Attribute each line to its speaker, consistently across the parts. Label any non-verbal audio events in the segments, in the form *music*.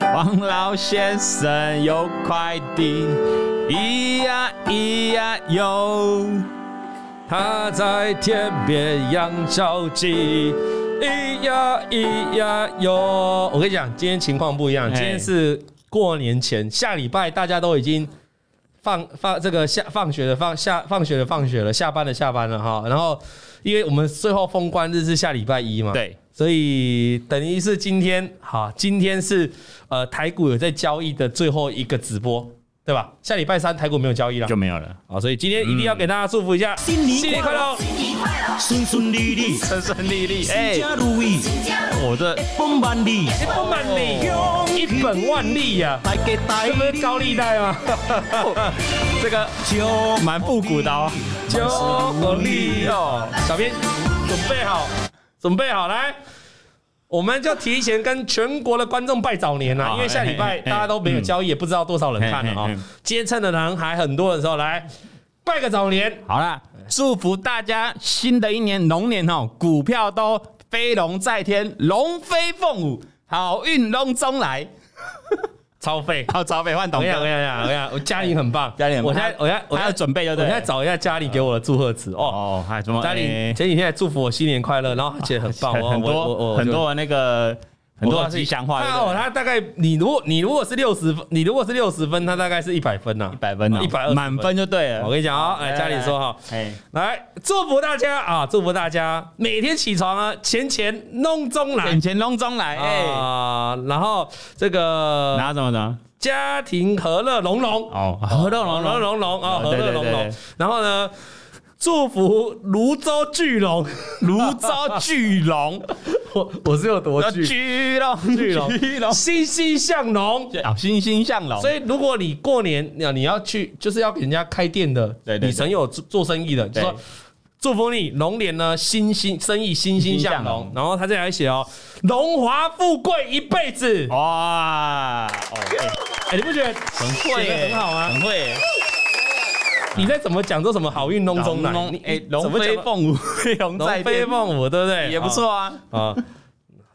Speaker 1: 王老先生有快递，咿呀咿呀哟，
Speaker 2: 他在天边养小鸡，咿呀咿呀哟。我跟你讲，今天情况不一样，
Speaker 1: 哎
Speaker 2: 今天是过年前，下礼拜大家都已经放放这个下放学的放下放学的放学了，下班的下班了哈。然后，因为我们最后封关日是下礼拜一嘛，
Speaker 1: 对，
Speaker 2: 所以等于是今天好，今天是呃台股有在交易的最后一个直播，对吧？下礼拜三台股没有交易了
Speaker 1: 就。没有了。
Speaker 2: 好，所以今天一定要给大家祝福一下，
Speaker 3: 新年
Speaker 2: 新年快乐！
Speaker 3: 顺顺利利，
Speaker 1: 顺顺利利，哎、
Speaker 3: 哎，如意，
Speaker 1: 我的
Speaker 3: 风万里，
Speaker 2: 一本万利，一本万啊利呀、
Speaker 3: 来给大
Speaker 2: 这不是高利贷啊吗？
Speaker 1: 这个
Speaker 3: 就
Speaker 1: 蛮复古的哦。
Speaker 2: 九利哦，小编准备好，准备好来，我们就提前跟全国的观众拜早年啦、
Speaker 1: 好
Speaker 2: 因为下礼
Speaker 1: 嘿
Speaker 2: 拜
Speaker 1: 嘿嘿
Speaker 2: 大家都没有交易，也不知道多少人看了
Speaker 1: 嘿
Speaker 2: 啊
Speaker 1: 嘿嘿。
Speaker 2: 今天趁着人还很多的时候来拜个早年，
Speaker 1: 好啦，祝福大家新的一年龙年哦，股票都飞龙在天，龙飞凤舞，好运隆中来。
Speaker 2: 超费。
Speaker 1: 好，早北换
Speaker 2: 我
Speaker 1: 董
Speaker 2: 跟你讲，我
Speaker 1: 哥，
Speaker 2: 跟你讲，我跟你讲，我嘉玲很棒，哎
Speaker 1: 嘉玲很棒
Speaker 2: 我现在，我现在，我
Speaker 1: 还
Speaker 2: 现
Speaker 1: 要
Speaker 2: 在
Speaker 1: 准备就
Speaker 2: 我
Speaker 1: 对
Speaker 2: 现
Speaker 1: 了。
Speaker 2: 在找一下嘉玲给我的祝贺词哦。
Speaker 1: 哦，还有什么？
Speaker 2: 嘉玲
Speaker 1: 哎
Speaker 2: 前几天还祝福我新年快乐，然后而且很棒，
Speaker 1: *laughs*
Speaker 2: 我
Speaker 1: 很
Speaker 2: 我我
Speaker 1: 多
Speaker 2: 我
Speaker 1: 很多那个很多吉祥话，
Speaker 2: 他哦，他大概你如果你如果是六十分，你如果是六十分，他大概是哦一百分呐、
Speaker 1: 一百分啊，
Speaker 2: 120
Speaker 1: 满分就对了。
Speaker 2: 我跟你讲啊，来嘉玲说哈，
Speaker 1: 哎，
Speaker 2: 来祝福大家啊，祝福大家每天起床啊，钱钱弄中来哎
Speaker 1: 眼前隆中来，哎，
Speaker 2: 啊，然后这个
Speaker 1: 拿什么呢？
Speaker 2: 家庭和乐融融，
Speaker 1: 哦，
Speaker 2: *laughs*
Speaker 1: 合乐
Speaker 2: 和
Speaker 1: 隆
Speaker 2: 乐
Speaker 1: 隆，
Speaker 2: 融融啊，
Speaker 1: 哦
Speaker 2: 和乐
Speaker 1: 对对
Speaker 2: 融
Speaker 1: 对
Speaker 2: 融
Speaker 1: 对，
Speaker 2: 然后呢，祝福泸州巨龙， *laughs*
Speaker 1: 泸州巨龙，
Speaker 2: 我我是有多
Speaker 1: *laughs* 巨龙，
Speaker 2: 巨龙
Speaker 1: 巨龙，
Speaker 2: *laughs* 欣欣向荣。
Speaker 1: 啊，欣欣向荣。
Speaker 2: 所以，如果你过年，你要你要去，就是要给人家开店的，
Speaker 1: 对对对
Speaker 2: 你曾有做做生意的，就
Speaker 1: 对
Speaker 2: 说祝福你龙年呢，欣欣生意欣欣
Speaker 1: 欣
Speaker 2: 向
Speaker 1: 欣向荣
Speaker 2: 荣。然后他再来写哦，荣华富贵一辈子。
Speaker 1: 哇，哦，哎
Speaker 2: 哎，你不觉得
Speaker 1: 哦很
Speaker 2: 写
Speaker 1: 会
Speaker 2: 得
Speaker 1: 耶，
Speaker 2: 很好啊吗？
Speaker 1: 很啊会耶。
Speaker 2: 你再怎么讲都什么好运隆中来
Speaker 1: 龙，
Speaker 2: 你
Speaker 1: 哎，
Speaker 2: 怎
Speaker 1: 龙
Speaker 2: 么
Speaker 1: 飞
Speaker 2: 讲都
Speaker 1: 凤舞， *laughs* 飞龙在
Speaker 2: 龙飞
Speaker 1: 天，
Speaker 2: 凤舞，对不对？
Speaker 1: 也不错啊。
Speaker 2: 啊。啊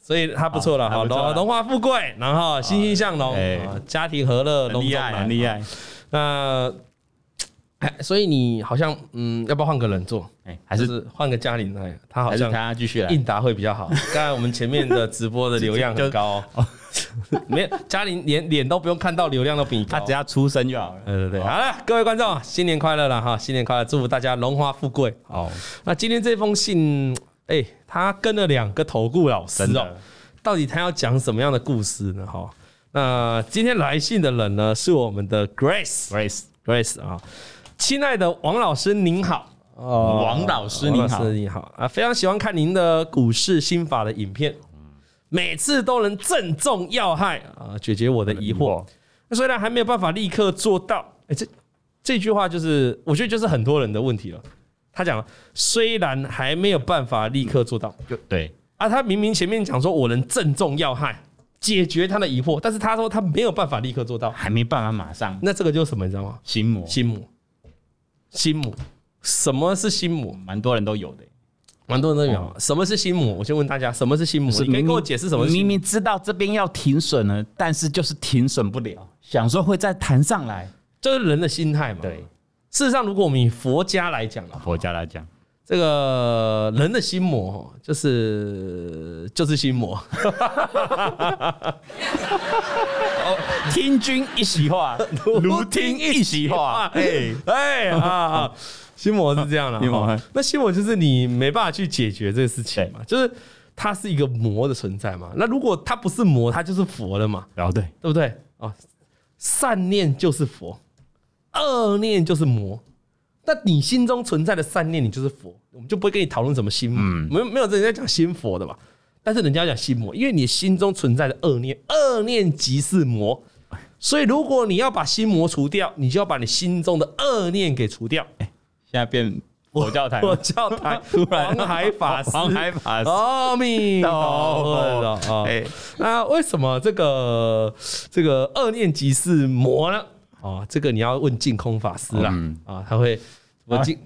Speaker 2: 所以他不错了
Speaker 1: 啊
Speaker 2: 哈，
Speaker 1: 还不错啊
Speaker 2: 荣荣华富贵，然后欣欣向荣，
Speaker 1: 哎
Speaker 2: 啊家庭和乐，
Speaker 1: 很
Speaker 2: 隆
Speaker 1: 厉
Speaker 2: 中
Speaker 1: 害，
Speaker 2: 来
Speaker 1: 很厉害。
Speaker 2: 那哎所以你好像嗯，要不要换个人做？
Speaker 1: 哎，还
Speaker 2: 还
Speaker 1: 是
Speaker 2: 是换个嘉玲来？他好
Speaker 1: 还是
Speaker 2: 像
Speaker 1: 他继续来。
Speaker 2: 应答会比较好。刚才我们前面的直播的流
Speaker 1: *laughs*
Speaker 2: 量很高哦，没有嘉玲连脸都不用看到，流量都比你高。
Speaker 1: 他只要出声就好了。
Speaker 2: 对对对，
Speaker 1: 好
Speaker 2: 好了，各位观众，新年快乐了哈！新年快乐，祝福大家荣华富贵。
Speaker 1: 哦，
Speaker 2: 那今天这封信，哎，他跟了两个投顾老师
Speaker 1: 真
Speaker 2: 哦
Speaker 1: 的，，
Speaker 2: 到底他要讲什么样的故事呢？哈，那今天来信的人呢，是我们的 Grace。
Speaker 1: Grace，
Speaker 2: Grace 啊，亲爱的王老师您好，哦
Speaker 1: 王老师您好
Speaker 2: 王老师您好啊，非常喜欢看您的股市心法的影片，每次都能正中要害啊，解决我的疑
Speaker 1: 嗯
Speaker 2: 惑。那虽然还没有办法立刻做到，哎，这这句话就是我觉得就是很多人的问题了。他讲虽然还没有办法立刻做到
Speaker 1: 就对，
Speaker 2: 啊，他明明前面讲说我能正中要害，解决他的疑惑，但是他说他没有办法立刻做到，
Speaker 1: 还没办法马上
Speaker 2: 那这个就是什么你知道吗？
Speaker 1: 心魔，
Speaker 2: 心魔，心魔，什么是心魔？
Speaker 1: 蛮多人都有的。
Speaker 2: 蛮多人都
Speaker 1: 哦
Speaker 2: 有。啊什么是心魔？我先问大家，什么是心魔？你可以
Speaker 1: 明
Speaker 2: 跟
Speaker 1: 明
Speaker 2: 我解释什么是心
Speaker 1: 明
Speaker 2: 魔？
Speaker 1: 明知道这边要停损了，但是就是停损不了，想说会再弹上来。
Speaker 2: 就是人的心态嘛。
Speaker 1: 对，
Speaker 2: 事实上，如果我们以佛家来讲啊，
Speaker 1: 佛家来讲，
Speaker 2: 这个人的心魔哦就是就是心魔。
Speaker 1: 听君一席话， *laughs* 如听一席话。哎，
Speaker 2: *laughs* 哎啊啊，心魔是这样的、
Speaker 1: 心魔
Speaker 2: 哦那心魔就是你没办法去解决这个事情嘛，就是它是一个魔的存在嘛。那如果它不是魔，它就是佛了嘛。
Speaker 1: 然后哦对，
Speaker 2: 对不对？啊，善念就是佛，恶念就是魔。那你心中存在的善念，你就是佛，我们就不会跟你讨论什么心魔，没有没有人家讲心佛的嘛。但是人家讲心魔，因为你心中存在的恶念，恶念即是魔。所以如果你要把心魔除掉，你就要把你心中的恶念给除掉。
Speaker 1: 现在变佛教台，
Speaker 2: 我叫台王海法师，
Speaker 1: *laughs* 黄海法师。
Speaker 2: 阿弥陀佛啊！
Speaker 1: 哎，
Speaker 2: 那为什么这个这个恶念即是魔呢？哦，这个你要问净空法师啦，
Speaker 1: 嗯
Speaker 2: 啊，他会我净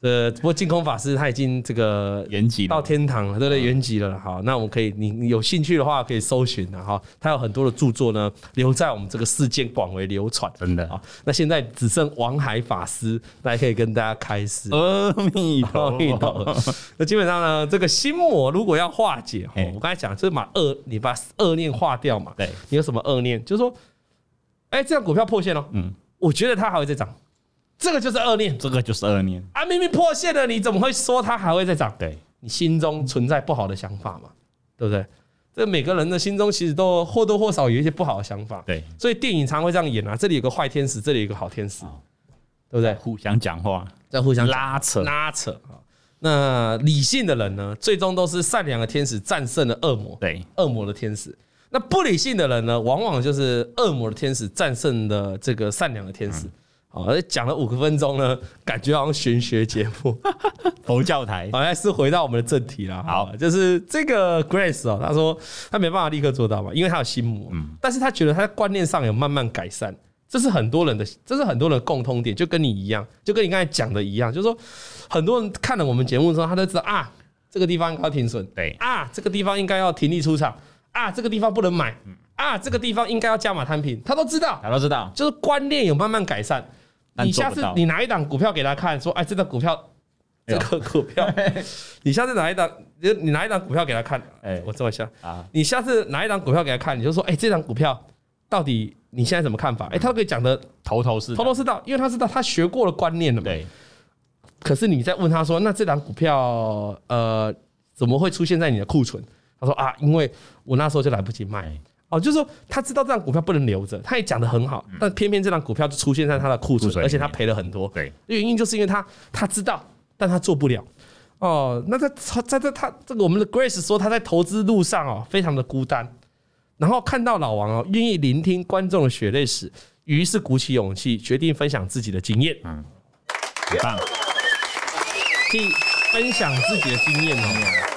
Speaker 2: 呃，不过净空法师他已经这个
Speaker 1: 延吉
Speaker 2: 到天堂了，对不对？原籍了啦，好，那我们可以，你你有兴趣的话可以搜寻的哈。他有很多的著作呢，留在我们这个世间广为流传，
Speaker 1: 真的
Speaker 2: 啊。那现在只剩王海法师，来可以跟大家开示。
Speaker 1: 阿弥
Speaker 2: *laughs* 阿
Speaker 1: 陀
Speaker 2: 弥陀
Speaker 1: *laughs* 佛，
Speaker 2: 佛哦那基本上呢，这个心魔如果要化解，
Speaker 1: 嘿
Speaker 2: 哦我刚才讲，就是把恶，你把恶念化掉嘛。
Speaker 1: 对，
Speaker 2: 你有什么恶念？就是说，哎，这样股票破线了，嗯，我觉得它还会再涨，这个就是恶念
Speaker 1: 这个就是二念，
Speaker 2: 啊！明明破线了，你怎么会说它还会再涨？
Speaker 1: 对，
Speaker 2: 你心中存在不好的想法嘛，对不对？这每个人的心中其实都或多或少有一些不好的想法，
Speaker 1: 对，
Speaker 2: 所以电影常会这样演啊，这里有个坏天使，这里有个好天使
Speaker 1: 哦，
Speaker 2: 对不对？
Speaker 1: 互相讲话，
Speaker 2: 在互相
Speaker 1: 拉扯，
Speaker 2: 拉扯啊。那理性的人呢，最终都是善良的天使战胜了恶魔，
Speaker 1: 对，
Speaker 2: 恶魔的天使。那不理性的人呢，往往就是恶魔的天使战胜了这个善良的天使。好，而讲了五个分钟呢，感觉好像玄学节目。
Speaker 1: 佛教台，
Speaker 2: 好，还是回到我们的正题啦。好，就是这个 Grace 哦，他说他没办法立刻做到嘛，因为他有心魔，
Speaker 1: 嗯
Speaker 2: 但是他觉得他在观念上有慢慢改善，这是很多人的，这是很多人的共通点，就跟你一样，就跟你刚才讲的一样，就是说很多人看了我们节目之后，他都知道啊，这个地方应该要停损，
Speaker 1: 对，
Speaker 2: 啊，这个地方应该要停利出场，啊，这个地方不能买，
Speaker 1: 嗯
Speaker 2: 啊，这个地方应该要加码摊平，他都知道，
Speaker 1: 大家都知道，
Speaker 2: 就是观念有慢慢改善。
Speaker 1: 但
Speaker 2: 你
Speaker 1: 做
Speaker 2: 下
Speaker 1: 不
Speaker 2: 次
Speaker 1: 到
Speaker 2: 你拿一档股票给他看，说：“哎，这个股票，
Speaker 1: 哎
Speaker 2: 这
Speaker 1: 呦
Speaker 2: 个股票，你下次拿一档，你你拿一档股票给他看。”哎
Speaker 1: 哎，
Speaker 2: 我做一下
Speaker 1: *laughs* 啊
Speaker 2: 你下次拿一档股票给他看，你就说：“哎，这档股票到底你现在什么看法？”哎，他都可以讲的
Speaker 1: 头头是
Speaker 2: 头头是道，因为他知道他学过了观念了嘛。
Speaker 1: 对，
Speaker 2: 可是你在问他说：“那这档股票，呃，怎么会出现在你的库存？”他说：“啊，因为我那时候就来不及卖。
Speaker 1: 哎”嗯
Speaker 2: 哦，就是说他知道这档股票不能留着，他也讲得很好，但偏偏这档股票就出现在他的库
Speaker 1: 库
Speaker 2: 存，
Speaker 1: 存
Speaker 2: 而且他赔了很多。
Speaker 1: 对，
Speaker 2: 原因就是因为他他知道，但他做不了。哦，那在他在在他这个我们的 Grace 说他在投资路上哦非常的孤单，然后看到老王哦愿意聆听观众的血泪史，于是鼓起勇气决定分享自己的经验，
Speaker 1: 很棒，
Speaker 2: 去分享自己的经验哦，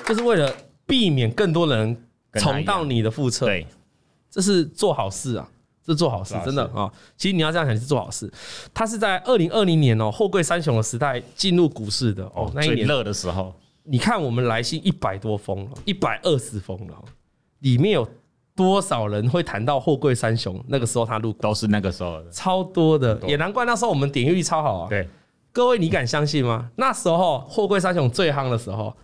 Speaker 2: 就是为了避免更多人
Speaker 1: 跟他一
Speaker 2: 重
Speaker 1: 样
Speaker 2: 到你的覆辙。
Speaker 1: 对，
Speaker 2: 这是做好事啊，这是做好事
Speaker 1: 做，好
Speaker 2: 真
Speaker 1: 事
Speaker 2: 的啊、其实你要这样想，是做好事。他是在二零二零年哦，后贵三雄的时代进入股市的哦，那一
Speaker 1: 最
Speaker 2: 年
Speaker 1: 热的时候，
Speaker 2: 你看我们来信一百多封了，一百二十封了，里面有多少人会谈到货柜三雄？那个时候他入股
Speaker 1: 都是那个时候的，
Speaker 2: 超多的，也难怪那时候我们点击率超好啊。
Speaker 1: 对，
Speaker 2: 各位，你敢相信吗？那时候货柜三雄最夯的时候，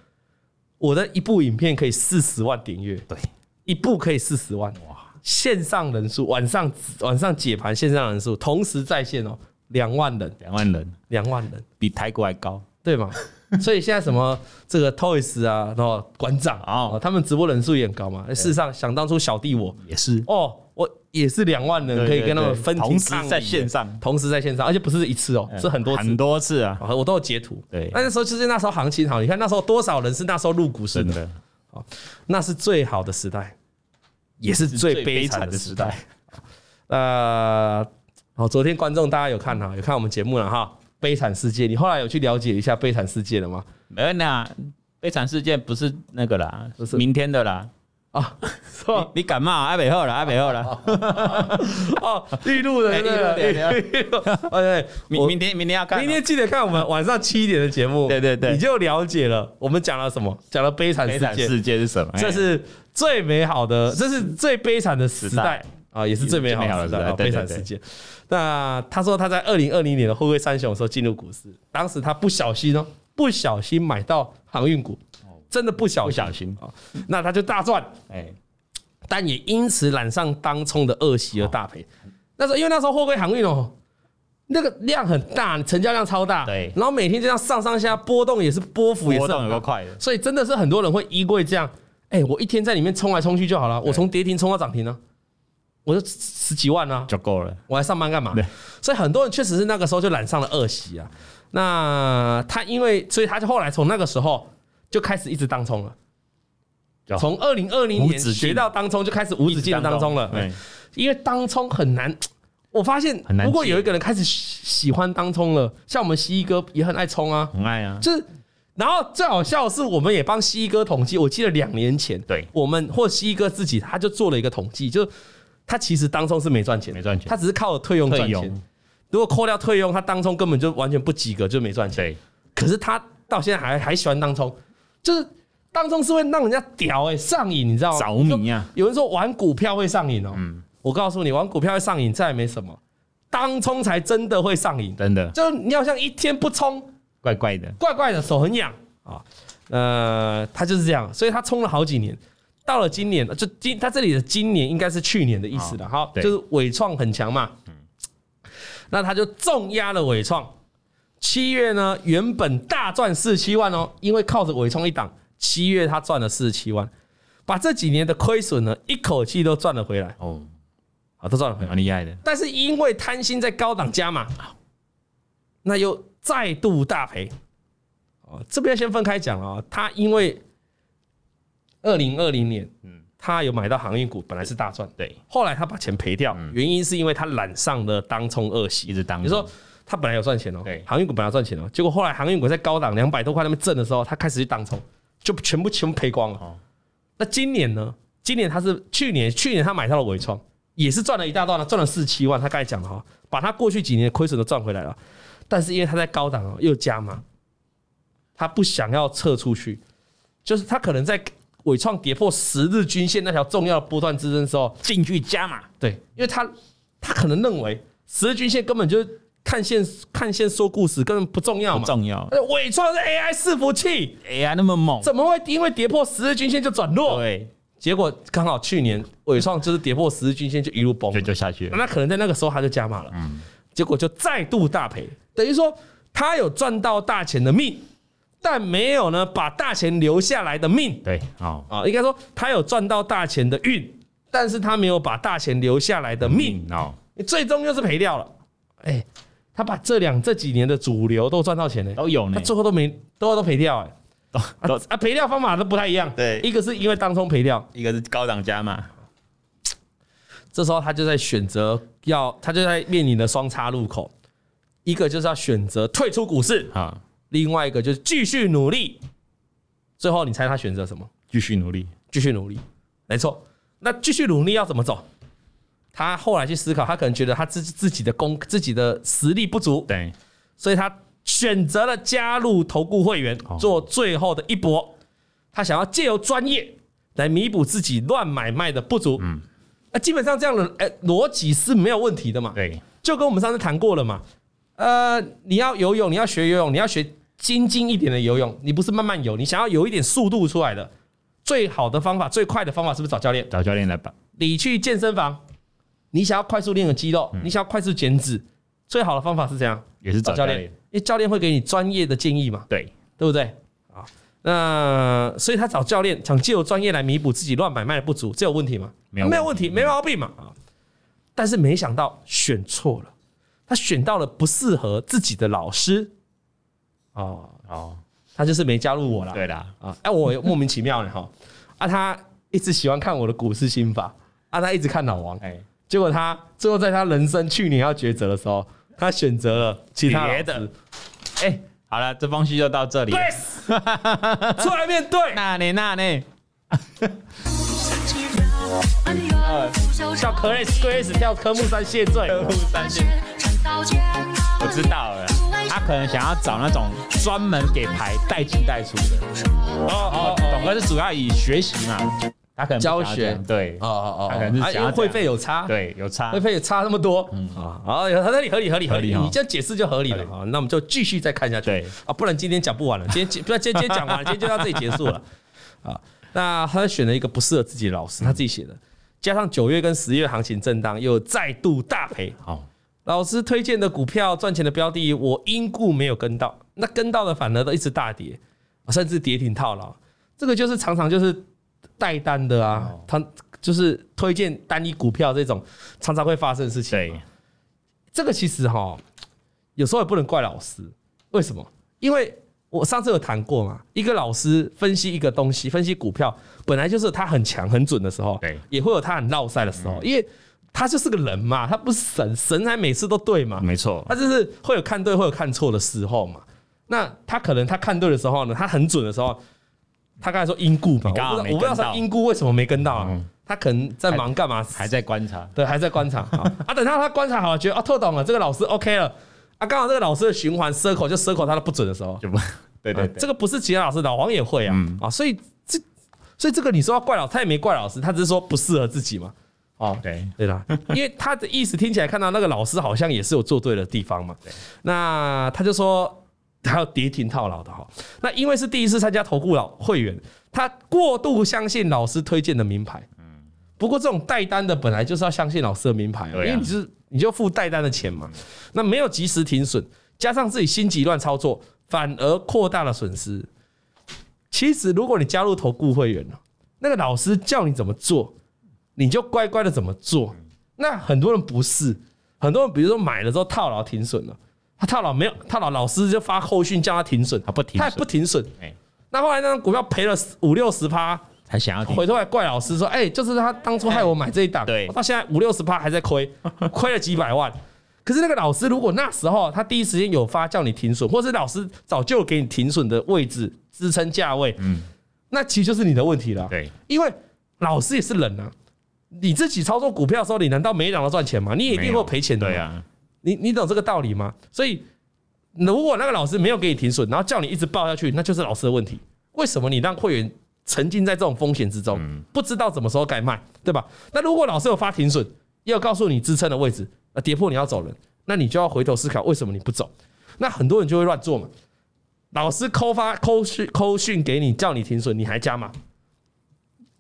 Speaker 2: 我的一部影片可以四十万点阅，
Speaker 1: 对，
Speaker 2: 一部可以四十万哇！线上人数晚上晚上解盘线上人数同时在线哦，两万人，
Speaker 1: 两万人
Speaker 2: 两万人。
Speaker 1: 比泰国还高，
Speaker 2: 对嘛？ *laughs* 所以现在什么这个 Toys 啊，然后馆长啊、
Speaker 1: 哦
Speaker 2: 他们直播人数也很高嘛。事实上，想当初小弟我
Speaker 1: 也是，
Speaker 2: 哦，我也是两万人
Speaker 1: 对
Speaker 2: 可以跟他们
Speaker 1: 对对
Speaker 2: 分庭
Speaker 1: 同时
Speaker 2: 抗礼
Speaker 1: 在线上嗯
Speaker 2: 同时在线上，而且不是一次哦，是很多次
Speaker 1: 很。多次啊，
Speaker 2: 啊我都有截图。
Speaker 1: 对
Speaker 2: 那那时候就是那时候行情好，你看那时候多少人是那时候入股市
Speaker 1: 真
Speaker 2: 的，
Speaker 1: 的，
Speaker 2: 那是最好的时代，也是最悲惨的时代。，呃，好，昨天观众大家有看哈，有看我们节目了哈，《悲惨世界》，你后来有去了解一下《悲惨世界》了吗？
Speaker 1: 没有啦，悲惨事件不是那个啦，
Speaker 2: 不是
Speaker 1: 明天的啦，
Speaker 2: 啊，是吧？
Speaker 1: 你感冒啊阿北后了，阿北后了，
Speaker 2: 哦，预录的，
Speaker 1: 哎
Speaker 2: 对
Speaker 1: 预录的
Speaker 2: 预录。 *laughs* 哎，对，
Speaker 1: 明
Speaker 2: 我
Speaker 1: 明天明天要看哦，
Speaker 2: 明天记得看我们晚上七点的节目，
Speaker 1: 对对对
Speaker 2: 你就了解了我们讲了什么，讲了悲惨
Speaker 1: 悲
Speaker 2: 世
Speaker 1: 惨
Speaker 2: 界，
Speaker 1: 世界是什么？哎
Speaker 2: 这是最美好的，这是最悲惨的时
Speaker 1: 时
Speaker 2: 代
Speaker 1: 代
Speaker 2: 啊，也是最美好的时代，
Speaker 1: 也是最美好的时代
Speaker 2: 啊
Speaker 1: 对对
Speaker 2: 悲惨世界。那他说他在二零二零年的后会三雄的时候进入股市，当时他不小心哦，不小心买到航运股，真的不小
Speaker 1: 哦不
Speaker 2: 心
Speaker 1: 小，心，
Speaker 2: 哦那他就大赚。
Speaker 1: 哎，
Speaker 2: 但也因此染上当冲的恶习而大赔。
Speaker 1: 哦
Speaker 2: 那时候因为那时候货柜航运哦，那个量很大，成交量超大，
Speaker 1: 对
Speaker 2: 然后每天这样上上下波动也是波幅也
Speaker 1: 波
Speaker 2: 是
Speaker 1: 动
Speaker 2: 很
Speaker 1: 有
Speaker 2: 大
Speaker 1: 个，快的，
Speaker 2: 所以真的是很多人会衣柜这样，哎，我一天在里面冲来冲去就好了，我从跌停冲到涨停呢、我就十几万啊，
Speaker 1: 就够了，
Speaker 2: 我还上班干嘛
Speaker 1: 对？
Speaker 2: 所以很多人确实是那个时候就染上了恶习啊。那他因为，所以他就后来从那个时候就开始一直当冲了。
Speaker 1: 有
Speaker 2: 从二零二零
Speaker 1: 无
Speaker 2: 年
Speaker 1: 止境
Speaker 2: 学到当冲，就开始无止境的当冲了。哎
Speaker 1: 对，
Speaker 2: 因为当冲很难，我发现
Speaker 1: 很难
Speaker 2: 如果
Speaker 1: 戒
Speaker 2: 有一个人开始喜喜欢当冲了，像我们西医哥也很爱冲啊，
Speaker 1: 很爱啊，
Speaker 2: 就是。然后最好笑的是，我们也帮西医哥统计。我记得两年前，
Speaker 1: 对
Speaker 2: 我们或西医哥自己，他就做了一个统计，就是他其实当冲是没赚钱的
Speaker 1: 没，赚钱
Speaker 2: 他，只是靠退佣赚
Speaker 1: 退佣
Speaker 2: 钱。如果扣掉退佣，他当中根本就完全不及格，就没赚钱。
Speaker 1: 对，
Speaker 2: 可是他到现在还还喜欢当冲，就是当冲是会让人家屌哎、上瘾，你知道吗？
Speaker 1: 着迷啊嗯
Speaker 2: 就有人说玩股票会上瘾哦，我告诉你，玩股票会上瘾，再也没什么，当冲才真的会上瘾。
Speaker 1: 真的
Speaker 2: 就是你好像一天不冲，
Speaker 1: 怪怪的。
Speaker 2: 怪怪的，手很痒啊。呃，他就是这样，所以他冲了好几年，到了今年，就今他这里的今年应该是去年的意思了。
Speaker 1: 好
Speaker 2: 好，
Speaker 1: 对
Speaker 2: 就是伟创很强嘛，那他就重压了伟创。七月呢，原本大赚四十七万哦，因为靠着伟创一档，七月他赚了四十七万，把这几年的亏损呢，一口气都赚了回来，
Speaker 1: 哦，
Speaker 2: 好，都赚了回来。
Speaker 1: 蛮厉害的。
Speaker 2: 但是因为贪心在高档加码，那又再度大赔。哦，这边先分开讲啊、他因为二零二零年，嗯，他有买到航运股，本来是大赚，
Speaker 1: 对，嗯
Speaker 2: 后来他把钱赔掉，原因是因为他染上了当冲恶习，
Speaker 1: 一直当冲
Speaker 2: 你说他本来有赚钱哦、
Speaker 1: 对
Speaker 2: 航运股本来有赚钱哦、结果后来航运股在高档两百多块那边挣的时候，他开始去当冲，就全部全部赔光了。
Speaker 1: 哦
Speaker 2: 那今年呢？今年他是去年去年他买到了伟创，也是赚了一大段了，赚了四七万。他刚才讲了哈，把他过去几年的亏损都赚回来了，但是因为他在高档哦又加码，他不想要撤出去，就是他可能在伟创跌破十日均线那条重要的波段支撑的时候，
Speaker 1: 进去加码，
Speaker 2: 对，因为他他可能认为十日均线根本就是看线看线说故事，根本不重要
Speaker 1: 不
Speaker 2: 嘛。
Speaker 1: 重要。
Speaker 2: 呃伟创是 AI 伺服器，
Speaker 1: AI 那么猛，
Speaker 2: 怎么会因为跌破十日均线就转弱？
Speaker 1: 对，
Speaker 2: 结果刚好去年伟创就是跌破十日均线就一路崩
Speaker 1: 就，就下去了。
Speaker 2: 那可能在那个时候他就加码了，
Speaker 1: 嗯
Speaker 2: 结果就再度大赔，等于说他有赚到大钱的命，但没有呢把大钱留下来的命
Speaker 1: 对，哦，
Speaker 2: 啊，应该说他有赚到大钱的运，但是他没有把大钱留下来的命，
Speaker 1: 命哦，
Speaker 2: 最终又是赔掉了。哎，他把这两这几年的主流都赚到钱呢、
Speaker 1: 都有呢
Speaker 2: 他，最后都没都都赔掉哎、
Speaker 1: 都
Speaker 2: 啊
Speaker 1: 都
Speaker 2: 啊赔掉方法都不太一样，
Speaker 1: 对
Speaker 2: 一个是因为当冲赔掉，
Speaker 1: 一个是高档加码，
Speaker 2: 这时候他就在选择要，他就在面临的双叉路口，一个就是要选择退出股市，
Speaker 1: 好，
Speaker 2: 另外一个就是继续努力。最后你猜他选择什么？
Speaker 1: 继续努力。
Speaker 2: 继续努力，没错。那继续努力要怎么走？他后来去思考，他可能觉得他自自己的功自己的实力不足，
Speaker 1: 对，
Speaker 2: 所以他选择了加入投顾会员
Speaker 1: 哦，
Speaker 2: 做最后的一搏。他想要借由专业来弥补自己乱买卖的不足。嗯，那基本上这样的哎逻辑是没有问题的嘛。
Speaker 1: 对，
Speaker 2: 就跟我们上次谈过了嘛。呃，你要游泳，你要学游泳，你要学精进一点的游泳，你不是慢慢游，你想要有一点速度出来的，最好的方法、最快的方法是不是找教练？
Speaker 1: 找教练来吧。
Speaker 2: 你去健身房，你想要快速练个肌肉，你想要快速减脂，最好的方法是怎样？
Speaker 1: 也是找
Speaker 2: 找
Speaker 1: 教
Speaker 2: 教
Speaker 1: 练
Speaker 2: 练，因为教练会给你专业的建议嘛，
Speaker 1: 对，
Speaker 2: 对不对？啊，那所以他找教练，想借由专业来弥补自己乱买卖的不足，这有问题吗？
Speaker 1: 没有问题嗯
Speaker 2: 没有问题，没毛病嘛啊！但是没想到选错了，他选到了不适合自己的老师，哦，
Speaker 1: 哦，
Speaker 2: 他就是没加入我啦。
Speaker 1: 对啦，
Speaker 2: 啊，哎，我也莫名其妙的哈，啊，他一直喜欢看我的股市心法，啊，他一直看老王，
Speaker 1: 哎，
Speaker 2: 结果他最后在他人生去年要抉择的时候，他选择了其他老
Speaker 1: 别
Speaker 2: 师
Speaker 1: 的，哎，好了，这封信就到这里。
Speaker 2: Yes，出来面对。 *laughs*
Speaker 1: 那呢那呢，
Speaker 2: 叫 Grace Grace 跳科目三谢罪，
Speaker 1: 三信我知道了，他可能想要找那种专门给牌带进带出的。哦哦，董哥是主要以学习嘛，他可能不想要
Speaker 2: 教学
Speaker 1: 这样对，
Speaker 2: 哦哦哎
Speaker 1: 他可能是想
Speaker 2: 因
Speaker 1: 要
Speaker 2: 为
Speaker 1: 这
Speaker 2: 会
Speaker 1: 样
Speaker 2: 费有差，，
Speaker 1: 对，有差
Speaker 2: 会。费有差那么多，啊，好，有合理合理合理合
Speaker 1: 嗯合理
Speaker 2: 理，
Speaker 1: 哦
Speaker 2: 你这样解释就合理了啊。那我们就继续再看下去，
Speaker 1: 对
Speaker 2: 啊，不然今天讲不完了，今天不要今天今天
Speaker 1: *laughs*
Speaker 2: 讲完了，今天就到这里结束了啊。那他选了一个不适合自己的老
Speaker 1: 嗯
Speaker 2: 师，他自己写的，加上九月跟十月行情震荡，又再度大赔，
Speaker 1: 好，
Speaker 2: 老师推荐的股票赚钱的标的，我因故没有跟到，那跟到的反而都一直大跌，甚至跌停套牢。这个就是常常就是带单的啊，
Speaker 1: 哦
Speaker 2: 他就是推荐单一股票这种常常会发生的事情。
Speaker 1: 对，
Speaker 2: 这个其实哈，有时候也不能怪老师，为什么？因为我上次有谈过嘛，一个老师分析一个东西，分析股票，本来就是他很强很准的时候，
Speaker 1: 对嗯
Speaker 2: 也会有他很绕赛的时候，因为他就是个人嘛，他不是神，神还每次都对嘛，
Speaker 1: 没错
Speaker 2: 他，就是会有看对，会有看错的时候嘛。那他可能他看对的时候呢，他很准的时候，他刚才说因故嘛，我
Speaker 1: 你刚好
Speaker 2: 不知道
Speaker 1: 啊没
Speaker 2: 我不知道
Speaker 1: 跟到
Speaker 2: 他因故为什么没跟到啊
Speaker 1: 嗯？
Speaker 2: 他可能在忙干嘛？
Speaker 1: 还在观察。
Speaker 2: 哦对，还在观察好啊。等到他观察好了，觉得啊，透懂了，这个老师 OK 了啊，刚好这个老师的循环 circle 就 circle 他的不准的时候，啊
Speaker 1: 就不 *laughs* 对对对，嗯
Speaker 2: 这个不是其他老师，老黄也会啊、啊，所以这所以这个你说要怪老，他也没怪老师，他只是说不适合自己嘛。
Speaker 1: 哦对，
Speaker 2: 对啦，因为他的意思听起来看到那个老师好像也是有做对的地方嘛。那他就说他要跌停套牢的哈。那因为是第一次参加投顾老会员，他过度相信老师推荐的名牌。不过这种带单的本来就是要相信老师的名牌啊，嗯因
Speaker 1: 对啊
Speaker 2: 为你就是你就付带单的钱嘛。那没有及时停损，加上自己心急乱操作，反而扩大了损失。其实如果你加入投顾会员了，那个老师叫你怎么做，你就乖乖的怎么做。
Speaker 1: 嗯
Speaker 2: 那很多人不是，很多人比如说买了之后套牢停损了，他套牢没有套牢，老师就发后讯叫他停损，
Speaker 1: 他不停损
Speaker 2: 他也不停损。
Speaker 1: 哎，
Speaker 2: 那后来那张股票赔了五六十趴，
Speaker 1: 才想要停
Speaker 2: 回头来怪老师说：“哎、就是他当初害我买这一档，
Speaker 1: 哎对
Speaker 2: 我到现在五六十趴还在
Speaker 1: *laughs*
Speaker 2: 亏，亏了几百万。”可是那个老师，如果那时候他第一时间有发叫你停损，或是老师早就给你停损的位置、支撑价位，
Speaker 1: 嗯
Speaker 2: 那其实就是你的问题了。
Speaker 1: 对，
Speaker 2: 因为老师也是人啊，你自己操作股票的时候，你难道每一档都赚钱吗？你也一定会赔钱的嘛。
Speaker 1: 对啊，
Speaker 2: 你你懂这个道理吗？所以如果那个老师没有给你停损，然后叫你一直报下去，那就是老师的问题。为什么你让会员沉浸在这种风险之中，不知道什么时候该卖，对吧？那如果老师有发停损，要告诉你支撑的位置，那跌破你要走人，那你就要回头思考为什么你不走。那很多人就会乱做嘛。老师抠发抠讯抠讯给你，叫你停损，你还加码，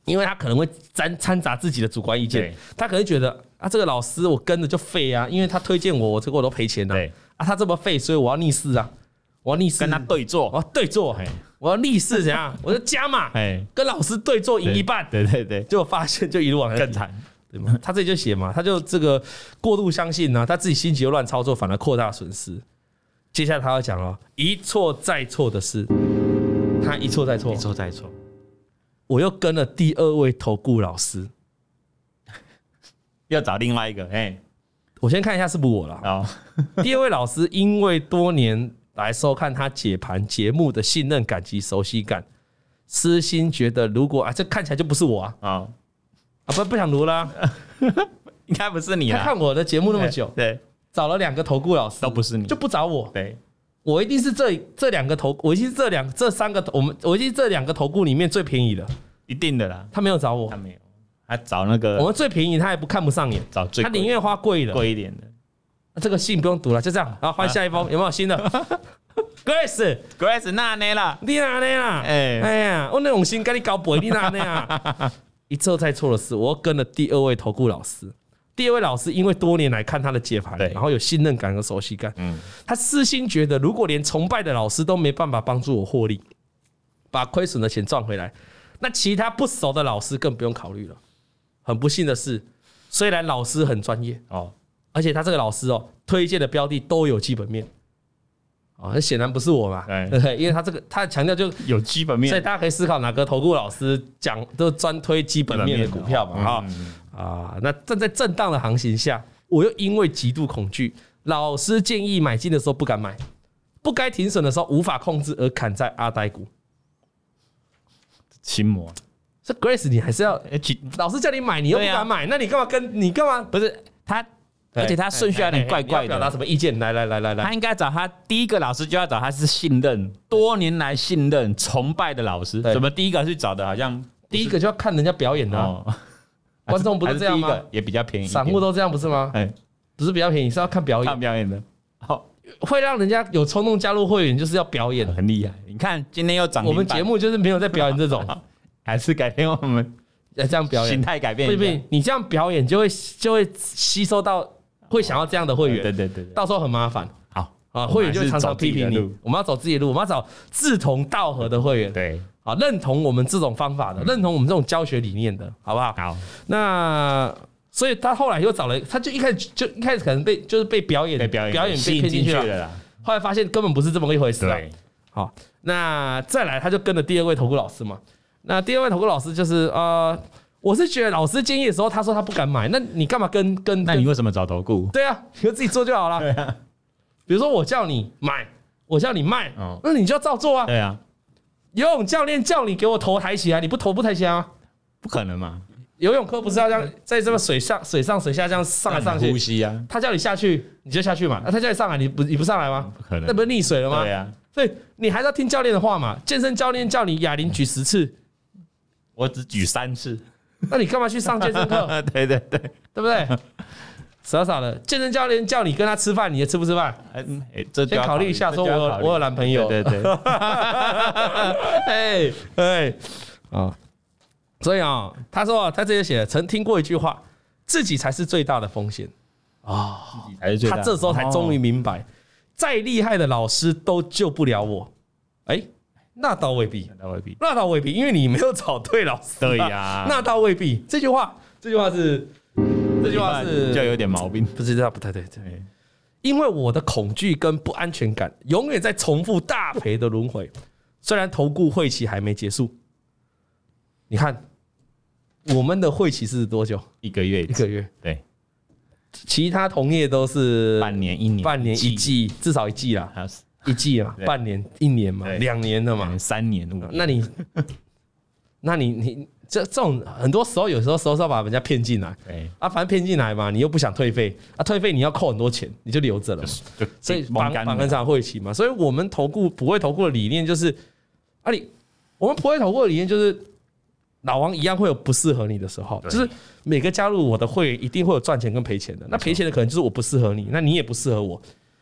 Speaker 2: 因为他可能会掺掺杂自己的主观意见
Speaker 1: 对，
Speaker 2: 他可能觉得啊，这个老师我跟着就废啊，因为他推荐我，我这个我都赔钱了、啊
Speaker 1: 对，
Speaker 2: 他这么废，所以我要逆势啊，我要逆势
Speaker 1: 跟他，对
Speaker 2: 我
Speaker 1: 坐，
Speaker 2: 要对坐
Speaker 1: 哎，
Speaker 2: 我要逆势怎样？我就加码，
Speaker 1: 哎，
Speaker 2: 跟老师对坐赢一半，
Speaker 1: 对对对，
Speaker 2: 结果发现就一路往下跌
Speaker 1: 更惨，
Speaker 2: 对吗？他自己就写嘛，他就这个过度相信呢、他自己心急又乱操作，反而扩大损失。接下来他要讲了，一错再错的是，他一错再错
Speaker 1: 一，错再错，
Speaker 2: 我又跟了第二位投顾老师。
Speaker 1: 要找另外一个，哎，
Speaker 2: 我先看一下是不是我啦。
Speaker 1: 哦，
Speaker 2: *laughs* 第二位老师因为多年来收看他解盘节目的信任感及熟悉感，私心觉得如果啊，这看起来就不是我啊，
Speaker 1: 哦，
Speaker 2: 啊不不想读啦、
Speaker 1: 应该不是你啊
Speaker 2: 他
Speaker 1: 啦，
Speaker 2: 看我的节目那么久，
Speaker 1: 哎对，
Speaker 2: 找了两个投顾老师
Speaker 1: 都不是你，
Speaker 2: 就不找我，
Speaker 1: 对，
Speaker 2: 我一定是这这两个投，我一定是这两这三个，我们我一定是这两个投顾里面最便宜的。
Speaker 1: 一定的啦，
Speaker 2: 他没有找我
Speaker 1: 他，没有，他找那
Speaker 2: 我
Speaker 1: 个
Speaker 2: 们最便宜，他也不看不上眼，
Speaker 1: 找最
Speaker 2: 他宁
Speaker 1: 贵
Speaker 2: 愿花贵的。啊
Speaker 1: 贵一点的
Speaker 2: 这个信不用读了，就这样。好，换下一封，有没有新的
Speaker 1: *laughs*
Speaker 2: ？Grace，
Speaker 1: ，Grace 那呢啦，
Speaker 2: 你哪那啦？
Speaker 1: 哎
Speaker 2: 哎呀，我那种心跟你搞不，你哪那啊？
Speaker 1: *laughs*
Speaker 2: 一错再错的是，我又跟了第二位投顾老师。第二位老师因为多年来看他的解盘，
Speaker 1: 对
Speaker 2: 然后有信任感和熟悉感，
Speaker 1: 嗯
Speaker 2: 他私心觉得，如果连崇拜的老师都没办法帮助我获利，把亏损的钱赚回来，那其他不熟的老师更不用考虑了。很不幸的是，虽然老师很专业，
Speaker 1: 哦，
Speaker 2: 而且他这个老师哦，推荐的标的都有基本面，啊、那显然不是我嘛，
Speaker 1: 对
Speaker 2: 对不 *laughs* 对？因为他这个他强调就，所
Speaker 1: 有基本
Speaker 2: 以
Speaker 1: 面，
Speaker 2: 大家可以思考哪个投顾老师讲都专推基本面的股票嘛，
Speaker 1: 哦
Speaker 2: 哈、啊，那站在震荡的行情下，我又因为极度恐惧，老师建议买进的时候不敢买，不该停损的时候无法控制而砍在阿呆股。
Speaker 1: 心魔，
Speaker 2: 这 Grace，你还是要
Speaker 1: 哎，其
Speaker 2: 老师叫你买，你又不
Speaker 1: 对啊
Speaker 2: 敢买，那你干嘛跟你干嘛？
Speaker 1: 不是他，
Speaker 2: 对
Speaker 1: 而且他顺序有点怪怪
Speaker 2: 你要表达什
Speaker 1: 的。
Speaker 2: 么意见？来来来来来
Speaker 1: 他，应该找他第一个老师就要找他是信任，多年来信任崇拜的老师。
Speaker 2: 对
Speaker 1: 怎么第一个去找的？好像
Speaker 2: 第一个就要看人家表演的、啊。
Speaker 1: 哦，
Speaker 2: 观众不
Speaker 1: 还
Speaker 2: 是
Speaker 1: 是
Speaker 2: 这样
Speaker 1: 第一
Speaker 2: 吗
Speaker 1: 个也比较便宜一点，
Speaker 2: 散户都这样不是吗？
Speaker 1: 哎
Speaker 2: 不是比较便宜，是要看表
Speaker 1: 看
Speaker 2: 演，
Speaker 1: 表演的，好
Speaker 2: 会让人家有冲动加入会员，就是要表演。
Speaker 1: 很厉害。你看今天又涨停板，
Speaker 2: 我们节目就是没有在表演
Speaker 1: *laughs*
Speaker 2: 这种，
Speaker 1: 还是改变我们
Speaker 2: 要这样表
Speaker 1: 形
Speaker 2: 演，
Speaker 1: 态改
Speaker 2: 不
Speaker 1: 变一
Speaker 2: 行
Speaker 1: 下，
Speaker 2: 不行，你这样表演就会就会吸收到会想要这样的会
Speaker 1: 对对
Speaker 2: 员，
Speaker 1: 对对，
Speaker 2: 到时候很麻烦
Speaker 1: 好
Speaker 2: 啊，会员就会常常批评你
Speaker 1: 我们还是走自己的路。
Speaker 2: 我们要走自己的路，我们要找志同道合的会员，
Speaker 1: 对，嗯
Speaker 2: 啊，认同我们这种方法的，认同我们这种教学理念的，好不好？
Speaker 1: 好
Speaker 2: 那所以他后来又找了，他就一开始就一开始可能被就是被表演
Speaker 1: 被表演
Speaker 2: 表演
Speaker 1: 吸
Speaker 2: 被
Speaker 1: 引
Speaker 2: 骗
Speaker 1: 进
Speaker 2: 进
Speaker 1: 去
Speaker 2: 去了，
Speaker 1: 了啦，
Speaker 2: 后来发现根本不是这么一回事啊。
Speaker 1: 对，
Speaker 2: 好，那再来他就跟着第二位投顾老师嘛。那第二位投顾老师就是呃，我是觉得老师建议的时候，他说他不敢买，那你干嘛跟跟？
Speaker 1: 那你啊
Speaker 2: 跟
Speaker 1: 为什么找投顾？
Speaker 2: 对啊，你就自己做就
Speaker 1: *laughs*
Speaker 2: 好了。比如说我叫你买，我叫你卖
Speaker 1: 哦，
Speaker 2: 那你就要照做啊。
Speaker 1: 对啊，
Speaker 2: 游泳教练叫你给我头抬起来，你不头不抬起来吗？
Speaker 1: 不可能嘛，
Speaker 2: 啊游泳课不是要这样在这个水上水上水下这样上来上
Speaker 1: 嗯让你
Speaker 2: 去
Speaker 1: 呼？吸啊，
Speaker 2: 他叫你下去，你就下去嘛；啊、他叫你上来，你不你不上来吗？
Speaker 1: 不可能
Speaker 2: 那不是溺水了吗？
Speaker 1: 对啊，
Speaker 2: 所以你还是要听教练的话嘛。健身教练叫你哑铃举十次，
Speaker 1: 我只举三次，
Speaker 2: 那你干嘛去上健
Speaker 1: *laughs*
Speaker 2: 身课？
Speaker 1: 对对对，
Speaker 2: 对不对？傻傻的，健身教练叫你跟他吃饭，你也吃不吃饭？
Speaker 1: 嗯，哎这就
Speaker 2: 先
Speaker 1: 要
Speaker 2: 考虑一下，
Speaker 1: 这
Speaker 2: 说
Speaker 1: 就
Speaker 2: 我
Speaker 1: 要
Speaker 2: 有
Speaker 1: 考虑
Speaker 2: 我有男朋友。
Speaker 1: 对对对，
Speaker 2: *laughs* 哎哎啊！所以啊、他说他这里写，曾听过一句话，自己才是最大的风险。
Speaker 1: 还是最大哦
Speaker 2: 他这时候才终于明白，再厉害的老师都救不了我。哎，那倒未必，
Speaker 1: 那未必，
Speaker 2: 那倒未必，因为你没有找对老师、
Speaker 1: 对呀
Speaker 2: 那倒未必。这句话，这句话是，这句话是
Speaker 1: 就有点毛病，
Speaker 2: 不知道不太对，对
Speaker 1: 对
Speaker 2: 因为我的恐惧跟不安全感永远在重复大赔的轮回。虽然投顾会期还没结束，你看我们的会期是多久？
Speaker 1: 一个月一
Speaker 2: 一个月，
Speaker 1: 对，
Speaker 2: 其他同业都是
Speaker 1: 呃半年一年
Speaker 2: 半年一，季，至少一季啦，
Speaker 1: 还有四
Speaker 2: 一季嘛，
Speaker 1: 对
Speaker 2: 半年、一年嘛，
Speaker 1: 对
Speaker 2: 两年的嘛。
Speaker 1: 三年五年，
Speaker 2: 那你，那你你这这种很多时候，有时候时候是要把人家骗进来
Speaker 1: 对，
Speaker 2: 啊，反正骗进来嘛，你又不想退费啊，退费你要扣很多钱，你就留着了嘛。
Speaker 1: 就
Speaker 2: 所以
Speaker 1: 就
Speaker 2: 绑
Speaker 1: 蒙干
Speaker 2: 绑
Speaker 1: 了
Speaker 2: 跟上会期嘛，所以我们投顾不会投顾的理念就是，啊你我们不会投顾的理念就是，老王一样会有不适合你的时候，
Speaker 1: 对
Speaker 2: 就是每个加入我的会员一定会有赚钱跟赔钱的，那赔钱的可能就是我不适合你，那你也不适合我，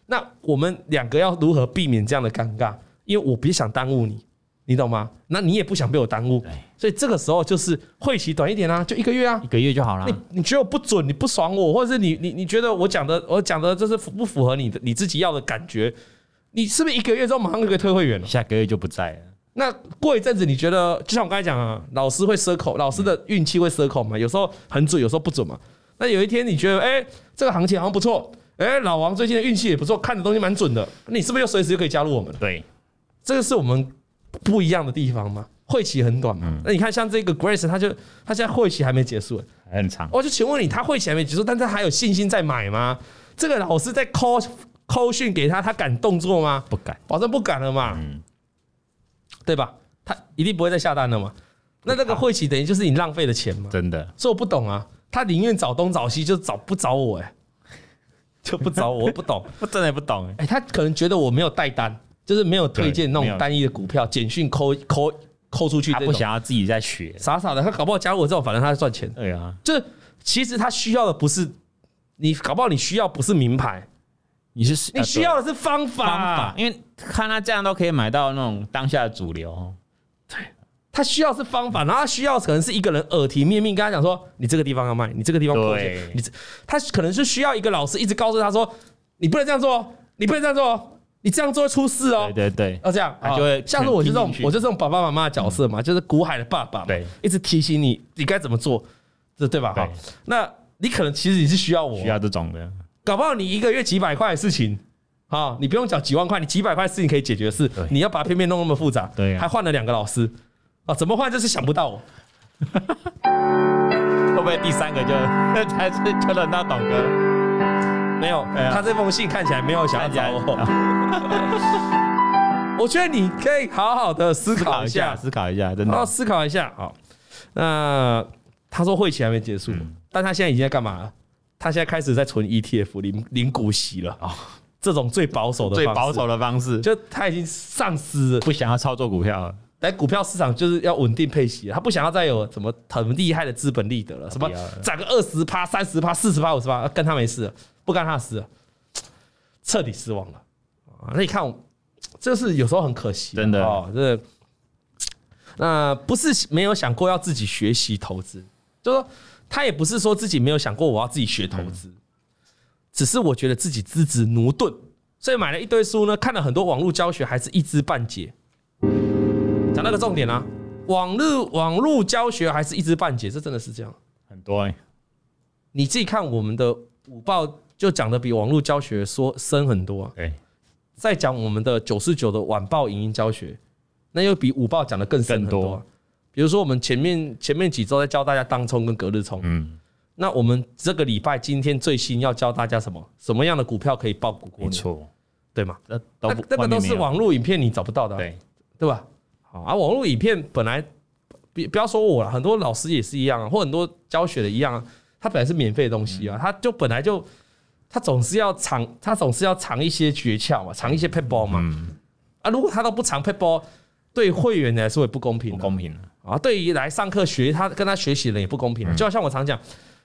Speaker 2: 那我们两个要如何避免这样的尴尬？因为我不想耽误你，你懂吗？那你也不想被我耽误
Speaker 1: 对，
Speaker 2: 所以这个时候就是会期短一点啊，就一个月啊
Speaker 1: 一，个月就好了
Speaker 2: 你，你觉得我不准，你不爽我，或者是你你你觉得我讲的我讲的这是符不符合你的你自己要的感觉？你是不是一个月之后马上就可以退会员了？
Speaker 1: 下个月就不在了，
Speaker 2: 那过一阵子，你觉得就像我刚才讲啊，老师会 circle，老师的运气会 circle 嘛，有时候很准，有时候不准嘛。那有一天你觉得，哎、这个行情好像不错，哎、老王最近的运气也不错，看的东西蛮准的，你是不是又随时就可以加入我们了？
Speaker 1: 对，
Speaker 2: 这个是我们不一样的地方嘛。会期很短嘛，那你看像这个 Grace，他就他现在会期还没结束，
Speaker 1: 还很长，
Speaker 2: 我哦就请问你，他会起来没结束，但他还有信心在买吗？这个老师在抠抠训给他，他敢动作吗？
Speaker 1: 不敢，
Speaker 2: 保证不敢了嘛，
Speaker 1: 嗯
Speaker 2: 对吧？他一定不会再下单了嘛。那那个会起等于就是你浪费了钱嘛。
Speaker 1: 真的，
Speaker 2: 所以我不懂啊，他宁愿找东找西，就找不找我哎、 *laughs* 就不找我，我
Speaker 1: *laughs*
Speaker 2: 不懂。
Speaker 1: 我真的不懂哎，
Speaker 2: 哎、他可能觉得我没有带单，就是没有推荐那
Speaker 1: 对没
Speaker 2: 种
Speaker 1: 有
Speaker 2: 单一的股票，简讯抠抠抠出去
Speaker 1: 他
Speaker 2: 这
Speaker 1: 不
Speaker 2: 种，
Speaker 1: 想要自己在学，
Speaker 2: 傻傻的，他搞不好加入我这种，反正他在赚钱。
Speaker 1: 对啊，
Speaker 2: 就是其实他需要的不是你，搞不好你需要不是名牌，
Speaker 1: 你是
Speaker 2: 你需要的是方法。
Speaker 1: 啊方法，因为看他这样都可以买到那种当下的主流，
Speaker 2: 他需要的是方法，然后他需要可能是一个人耳提面命跟他讲说，你这个地方要卖，你这个地方破解
Speaker 1: 对，
Speaker 2: 你这他可能是需要一个老师一直告诉他说，你不能这样做，哦，你不能这样做，哦，你这样做会出事哦
Speaker 1: 对。对对，啊
Speaker 2: 要这样，
Speaker 1: 他就会
Speaker 2: 哦像是我就这种
Speaker 1: 听进，去嗯
Speaker 2: 我就这种爸爸妈妈的角色嘛，就是古海的爸爸嘛，
Speaker 1: 对
Speaker 2: 一直提醒你你该怎么做，这对吧？
Speaker 1: 对
Speaker 2: 哈，那你可能其实你是需要我，
Speaker 1: 需要这种的，
Speaker 2: 搞不好你一个月几百块的事情，啊、你不用讲几万块，你几百块事情可以解决的事
Speaker 1: 对，
Speaker 2: 你要把它偏偏弄那么复杂，
Speaker 1: 对啊
Speaker 2: 还换了两个老师，啊，怎么换就是想不到我，
Speaker 1: 会不会第三个就 *laughs* 才是就轮到董哥？
Speaker 2: 没有，
Speaker 1: 对啊
Speaker 2: 他这封信看起来没有想要找 *laughs* 我。我觉得你可以好好的思
Speaker 1: 思
Speaker 2: 考
Speaker 1: 考
Speaker 2: 一
Speaker 1: 一下，，
Speaker 2: 下
Speaker 1: 哦哦思考一下，真
Speaker 2: 好好
Speaker 1: 的，
Speaker 2: 思考一下。好，那他说会期还没结束，
Speaker 1: 嗯
Speaker 2: 但他现在已经在干嘛了？他现在开始在存 ETF 领领股息了。哦，这种最保守的，
Speaker 1: 最保，守的方式，就
Speaker 2: 就他已经丧失了
Speaker 1: 不想要操作股票了，
Speaker 2: 来股票市场就是要稳定配息，他不想要再有什么很厉害的资本利得了，什么
Speaker 1: 不要了
Speaker 2: 涨个二十趴、三十趴、四十趴、五十趴，跟他没事了，不干他的事了，彻底失望了。啊那你看我，这是有时候很可惜，
Speaker 1: 真的
Speaker 2: 哦，这那不是没有想过要自己学习投资，就说他也不是说自己没有想过我要自己学投资，
Speaker 1: 嗯
Speaker 2: 只是我觉得自己资质驽钝，所以买了一堆书呢，看了很多网络教学，还是一知半解。讲到个重点啦、网络网络教学还是一知半解，这真的是这样。
Speaker 1: 很多哎，
Speaker 2: 你自己看我们的五报就讲的比网络教学说深很多、啊，
Speaker 1: 对，
Speaker 2: 再讲我们的九四九的晚报影音教学，那又比午报讲的更深很多啊、
Speaker 1: 更多
Speaker 2: 比如说我们前面前面几周在教大家当冲跟隔日冲，
Speaker 1: 嗯，
Speaker 2: 那我们这个礼拜今天最新要教大家什么？什么样的股票可以报股过
Speaker 1: 没
Speaker 2: 年？
Speaker 1: 错，
Speaker 2: 对吗？
Speaker 1: 那
Speaker 2: 那那个都是网络影片你找不到的啊、
Speaker 1: 对
Speaker 2: 对吧？好啊，网络影片本来别不要说我了，很多老师也是一样啊，或很多教学的一样啊，他本来是免费的东西
Speaker 1: 嗯
Speaker 2: 啊，他就本来就他总是要藏，他总是要藏一些诀窍嘛，
Speaker 1: 嗯
Speaker 2: 藏一些 p a p e 嘛。啊，如果他都不藏 p a p e 对会员来说也不公平
Speaker 1: 不
Speaker 2: 啊、
Speaker 1: 公平嗯了。
Speaker 2: 啊，对于来上课学他跟他学习的人也不公平、就好像我常讲，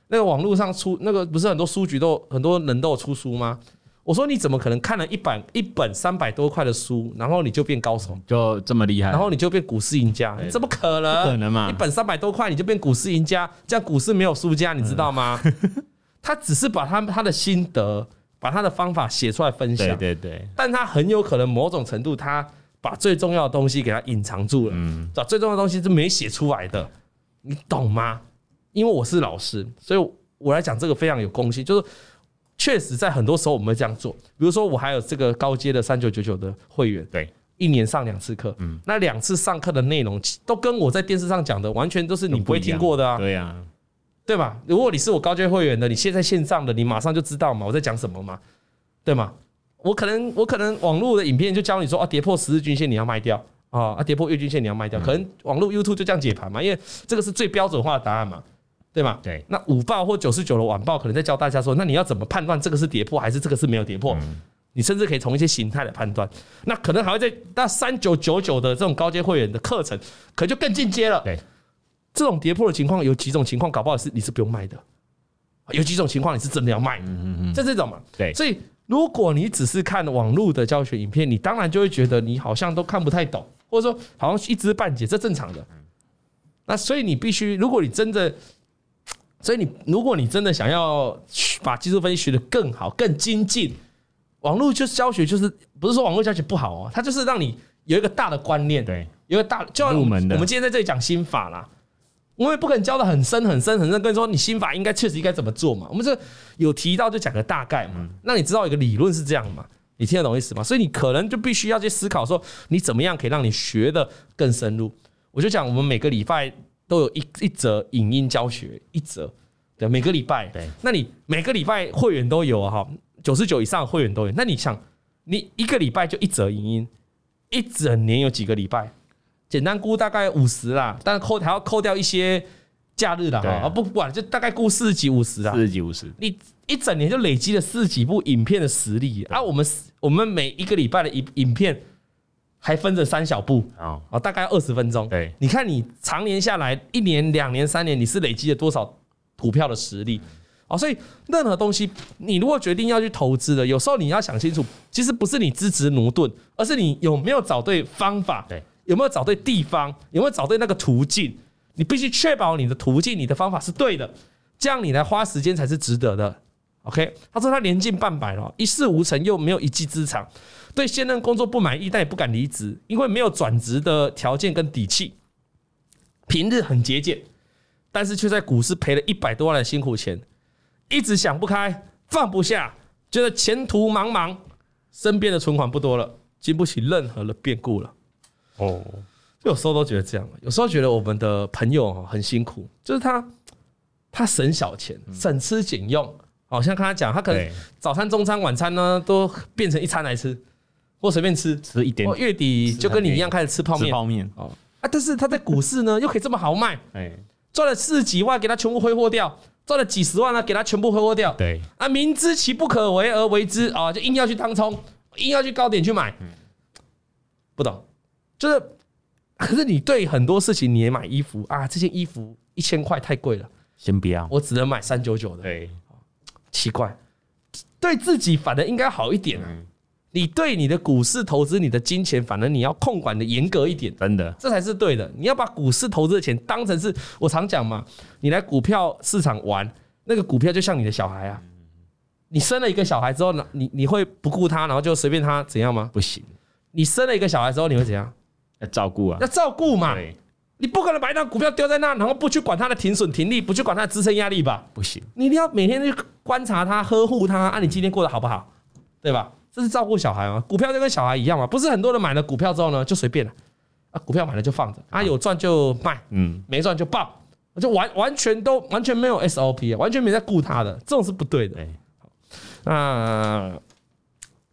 Speaker 2: 那个网络上出那个不是很多书局都有很多人都有出书吗？我说你怎么可能看了一版一本三百多块的书，然后你就变高手，
Speaker 1: 就这么厉害，
Speaker 2: 然后你就变股市赢家？怎么可能？
Speaker 1: 哎不可能嘛
Speaker 2: 一本三百多块你就变股市赢家，这样股市没有输家，你知
Speaker 1: *laughs*
Speaker 2: 道吗？他只是把他他的心得，把他的方法写出来分享
Speaker 1: 对。对对，
Speaker 2: 但他很有可能某种程度，他把最重要的东西给他隐藏住了，
Speaker 1: 嗯
Speaker 2: 把最重要的东西是没写出来的，你懂吗？因为我是老师，所以我来讲这个非常有公信，就是确实在很多时候我们会这样做。比如说，我还有这个高阶的三九九九的会员，
Speaker 1: 对，
Speaker 2: 一年上两次课，那两次上课的内容其都跟我在电视上讲的完全都是你不会听过的啊，
Speaker 1: 对啊，
Speaker 2: 对吧？如果你是我高阶会员的，你现在线上的，你马上就知道嘛，我在讲什么嘛，对吗？我可能我可能网络的影片就教你说啊，跌破十日均线你要卖掉啊，啊跌破月均线你要卖掉，可能网络 YouTube 就这样解盘嘛，因为这个是最标准化的答案嘛，对吗？
Speaker 1: 对
Speaker 2: 那午报或九十九的晚报可能在教大家说，那你要怎么判断这个是跌破还是这个是没有跌破？
Speaker 1: 嗯
Speaker 2: 你甚至可以从一些形态来判断。那可能还会在那三九九九的这种高阶会员的课程，可能就更进阶了。
Speaker 1: 对，
Speaker 2: 这种跌破的情况有几种情况，搞不好是你是不用卖的，有几种情况你是真的要卖的，这这种嘛。
Speaker 1: 嗯对
Speaker 2: 所以如果你只是看网络的教学影片，你当然就会觉得你好像都看不太懂，或者说好像一知半解，这正常的。
Speaker 1: 嗯
Speaker 2: 那所以你必须，如果你真的，所以你如果你真的想要去把技术分析学得更好、更精进，网络就是教学，就是不是说网络教学不好哦，它就是让你有一个大的观念，
Speaker 1: 对，
Speaker 2: 有一个大就像我
Speaker 1: 入门的
Speaker 2: 我们今天在这里讲心法啦，我们也不可能教的很深很深很深，跟你说你心法应该确实应该怎么做嘛。我们这有提到就讲个大概
Speaker 1: 嗯
Speaker 2: 嘛，让你知道有个理论是这样嘛，你听得懂意思吗？所以你可能就必须要去思考说，你怎么样可以让你学的更深入。我就讲，我们每个礼拜都有一一则影音教学，一则对，每个礼拜
Speaker 1: 对，
Speaker 2: 那你每个礼拜会员都有啊哈，九十九以上的会员都有。那你想，你一个礼拜就一则影音，一整年有几个礼拜？简单估大概五十啦，但是扣还要扣掉一些假日啦，哈
Speaker 1: 对啊
Speaker 2: 啊不不管，就大概估四十几五十啦啊
Speaker 1: 四。十几五十，
Speaker 2: 你一整年就累积了四十几部影片的实力啊！我们我们每一个礼拜的影影片还分着三小部
Speaker 1: 哦，
Speaker 2: 啊，大概二十分钟。
Speaker 1: 对，
Speaker 2: 你看你常年下来，一年、两年、三年，你是累积了多少股票的实力？
Speaker 1: 嗯
Speaker 2: 哦，所以任何东西，你如果决定要去投资的，有时候你要想清楚，其实不是你资质驽钝，而是你有没有找对方法，
Speaker 1: 对，
Speaker 2: 有没有找对地方，有没有找对那个途径。你必须确保你的途径、你的方法是对的，这样你来花时间才是值得的。OK，他说他年近半百了，一事无成又没有一技之长，对现任工作不满意，但也不敢离职，因为没有转职的条件跟底气。平日很节俭，但是却在股市赔了一百多万的辛苦钱，一直想不开，放不下，觉得前途茫茫，身边的存款不多了，经不起任何的变故了。
Speaker 1: 哦，
Speaker 2: 有时候都觉得这样，有时候觉得我们的朋友哦很辛苦，就是他他省小钱，省吃俭用。好像跟他讲，他可能
Speaker 1: 对，
Speaker 2: 早餐、中餐、晚餐呢都变成一餐来吃，或随便吃。
Speaker 1: 吃一点
Speaker 2: 或月底就跟你一样开始吃泡
Speaker 1: 吃
Speaker 2: 面啊！
Speaker 1: 泡面，
Speaker 2: 但是他在股市呢又可以这么豪迈，
Speaker 1: 哎，
Speaker 2: 赚了四十几万给他全部挥霍掉，赚了几十万呢给他全部挥霍掉。
Speaker 1: 对，
Speaker 2: 啊，明知其不可为而为之啊，就硬要去当冲，硬要去高点去买，不懂，就是，可是你对很多事情你也买衣服啊，这件衣服一千块太贵了，
Speaker 1: 先不要，
Speaker 2: 我只能买三九九的，
Speaker 1: 对，
Speaker 2: 奇怪，对自己反而应该好一点啊、你对你的股市投资、你的金钱，反而你要控管的严格一点。
Speaker 1: 真的，
Speaker 2: 这才是对的。你要把股市投资的钱当成是我常讲嘛，你来股票市场玩，那个股票就像你的小孩啊。你生了一个小孩之后，你你会不顾他，然后就随便他怎样吗？
Speaker 1: 不行，
Speaker 2: 你生了一个小孩之后，你会怎样？
Speaker 1: 要照顾啊
Speaker 2: 要，照顾嘛。
Speaker 1: 对，
Speaker 2: 你不可能把一张股票丢在那，然后不去管它的停损停利，不去管它的支撑压力吧？
Speaker 1: 不行，
Speaker 2: 你一定要每天去观察他、呵护他，啊，你今天过得好不好，对吧？这是照顾小孩嘛，股票就跟小孩一样嘛，不是很多人买了股票之后呢就随便了，啊，股票买了就放着，啊，有赚就卖，
Speaker 1: 嗯，
Speaker 2: 没赚就爆，就完完全都完全没有 SOP，啊完全没在顾他的，这种是不对的。
Speaker 1: 对，
Speaker 2: 那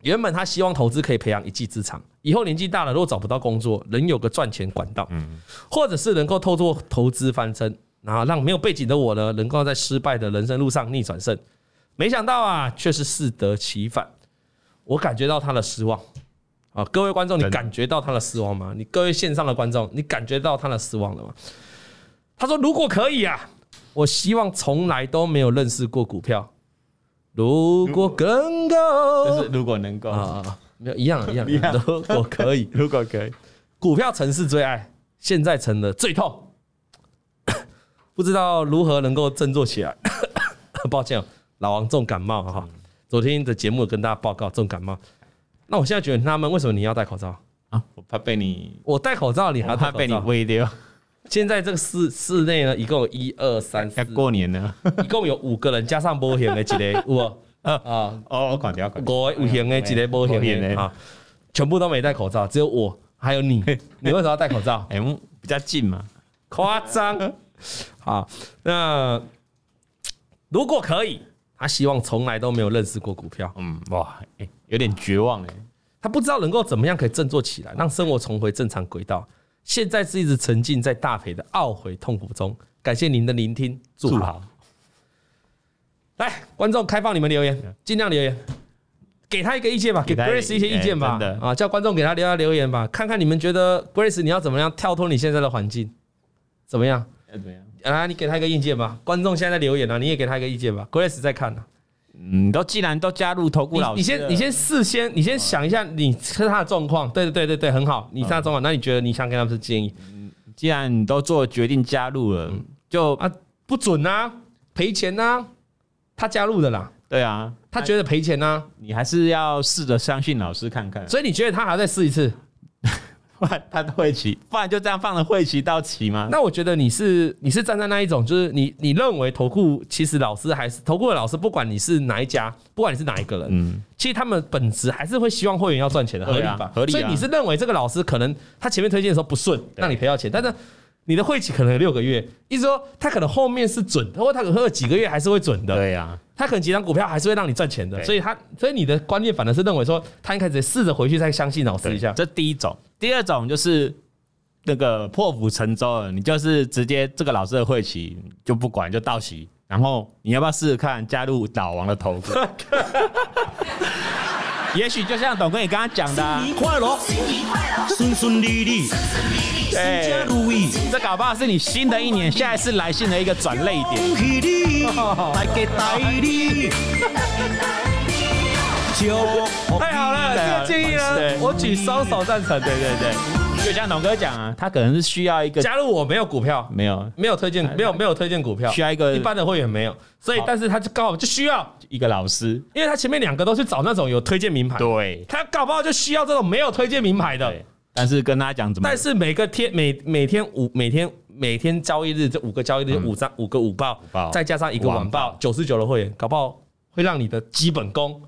Speaker 2: 原本他希望投资可以培养一技之长，以后年纪大了如果找不到工作，能有个赚钱管道，或者是能够透过投资翻身，然后让没有背景的我呢，能够在失败的人生路上逆转胜。没想到啊，却是适得其反。我感觉到他的失望啊，各位观众，你
Speaker 1: 真的
Speaker 2: 感觉到他的失望吗？你各位线上的观众，你感觉到他的失望了吗？他说：“如果可以啊，我希望从来都没有认识过股票。如果能
Speaker 1: 就
Speaker 2: 够
Speaker 1: 是如果能够
Speaker 2: 啊，啊，啊没有一样 *laughs* 一样，一样如果可以，
Speaker 1: 如果可以，
Speaker 2: 股票曾是最爱，现在成了最痛， *coughs* 不知道如何能够振作起来。 *coughs* 抱歉哦，老王重感冒哈，昨天的节目有跟大家报告重感冒。那我现在觉得很纳闷，为什么你要戴口罩？
Speaker 1: 啊，我怕被你，
Speaker 2: 我戴口罩，你还
Speaker 1: 我
Speaker 2: 要
Speaker 1: 怕
Speaker 2: 戴口
Speaker 1: 被你
Speaker 2: 罩？
Speaker 1: 喂掉。
Speaker 2: 现在这个室室内呢，一共有一二三 *laughs* 四
Speaker 1: 要，过年了，
Speaker 2: 一共有五个人，加上波形的几个，有无？啊，
Speaker 1: 哦，我管掉，管
Speaker 2: *laughs* 五个有形的，一个波形
Speaker 1: 没
Speaker 2: 的
Speaker 1: 有
Speaker 2: 啊，全部都没戴口罩，只有我还有 *laughs* 你。你为什么要戴口罩？
Speaker 1: 哎，我们比较近嘛，
Speaker 2: 夸张。好，那如果可以，他希望从来都没有认识过股票，
Speaker 1: 嗯，哇，哎，有点绝望哎，
Speaker 2: 他不知道能够怎么样可以振作起来，让生活重回正常轨道。现在是一直沉浸在大赔的懊悔痛苦中。感谢您的聆听，祝好。，来，观众开放你们留言，尽量留言，给他一个意见吧，给
Speaker 1: 给他一
Speaker 2: Grace 一些意见吧
Speaker 1: 哎真，的
Speaker 2: 啊，叫观众给他留下留言吧，看看你们觉得 Grace 你要怎么样跳脱你现在的环境，怎么样？
Speaker 1: 要怎么样？
Speaker 2: 啊，你给他一个意见吧。观众现在在留言了、啊，你也给他一个意见吧。Grace 在看呢、啊
Speaker 1: 嗯，都既然都加入投顾
Speaker 2: 你
Speaker 1: 老师，啊
Speaker 2: 你先你，先事先你先想一下你是他的状况，对对对对对，很好，你是他的状况，那你觉得你想给他们是建议
Speaker 1: 既然你都做决定加入了，就
Speaker 2: 啊？不准啊，赔钱啊，他加入的啦，
Speaker 1: 对啊，
Speaker 2: 他觉得赔钱啊，
Speaker 1: 你还是要试着相信老师 *laughs* 看看，
Speaker 2: 所以你觉得他还要再试一次？
Speaker 1: 不然他都会骑，不然就这样放了会骑到骑吗？
Speaker 2: 那我觉得你是你是站在那一种，就是你你认为投顾其实老师还是投顾的老师，不管你是哪一家，不管你是哪一个人，
Speaker 1: 嗯，
Speaker 2: 其实他们本质还是会希望会员要赚钱的，合
Speaker 1: 对
Speaker 2: 理
Speaker 1: 啊
Speaker 2: 吧？
Speaker 1: 合理啊
Speaker 2: 所以你是认为这个老师可能他前面推荐的时候不顺，让你赔到钱，但是你的会期可能有六个月，意思说他可能后面是准，或者他可能有几个月还是会准的，
Speaker 1: 对呀，
Speaker 2: 他可能几张股票还是会让你赚钱的，
Speaker 1: 对
Speaker 2: 所以他所以你的观念反而是认为说他应该直接试着回去再相信老师一下，
Speaker 1: 这第一种，第二种就是那个破釜沉舟了，你就是直接这个老师的会期就不管就到期，然后你要不要试试看加入老王的投顾？也许就像董哥你刚刚讲的啊、
Speaker 3: 新年快乐， *laughs* 顺顺利利，
Speaker 1: 哎
Speaker 3: 身家如意，
Speaker 1: 这搞不好是你新的一年下一次来信的一个转泪点。
Speaker 3: 恭喜你， *laughs* 来给带
Speaker 1: *laughs*
Speaker 3: 你，就
Speaker 2: 太好了，这个建议
Speaker 1: 对
Speaker 2: 呢，我举双手赞成，对对对，
Speaker 1: 就像董哥讲啊，他可能是需要一
Speaker 2: *laughs*
Speaker 1: 个
Speaker 2: 加入我没有股
Speaker 1: *laughs*
Speaker 2: 票，
Speaker 1: 没有
Speaker 2: 没有推荐，没有没有推荐股票，
Speaker 1: 哎需要一个
Speaker 2: 一般的会员没有，所以
Speaker 1: 好
Speaker 2: 但是他就刚好就需要。
Speaker 1: 一个老师，
Speaker 2: 因为他前面两个都去找那种有推荐名牌，
Speaker 1: 对
Speaker 2: 他搞不好就需要这种没有推荐名牌的
Speaker 1: 对。，但是跟他讲怎么
Speaker 2: 但是每个天每每天五每天每天交易日这五个交易
Speaker 1: 嗯
Speaker 2: 日五张五个午报
Speaker 1: 报，
Speaker 2: 再加上一个晚
Speaker 1: 晚
Speaker 2: 报
Speaker 1: 报，
Speaker 2: 九十九的会员，搞不好会让你的基本功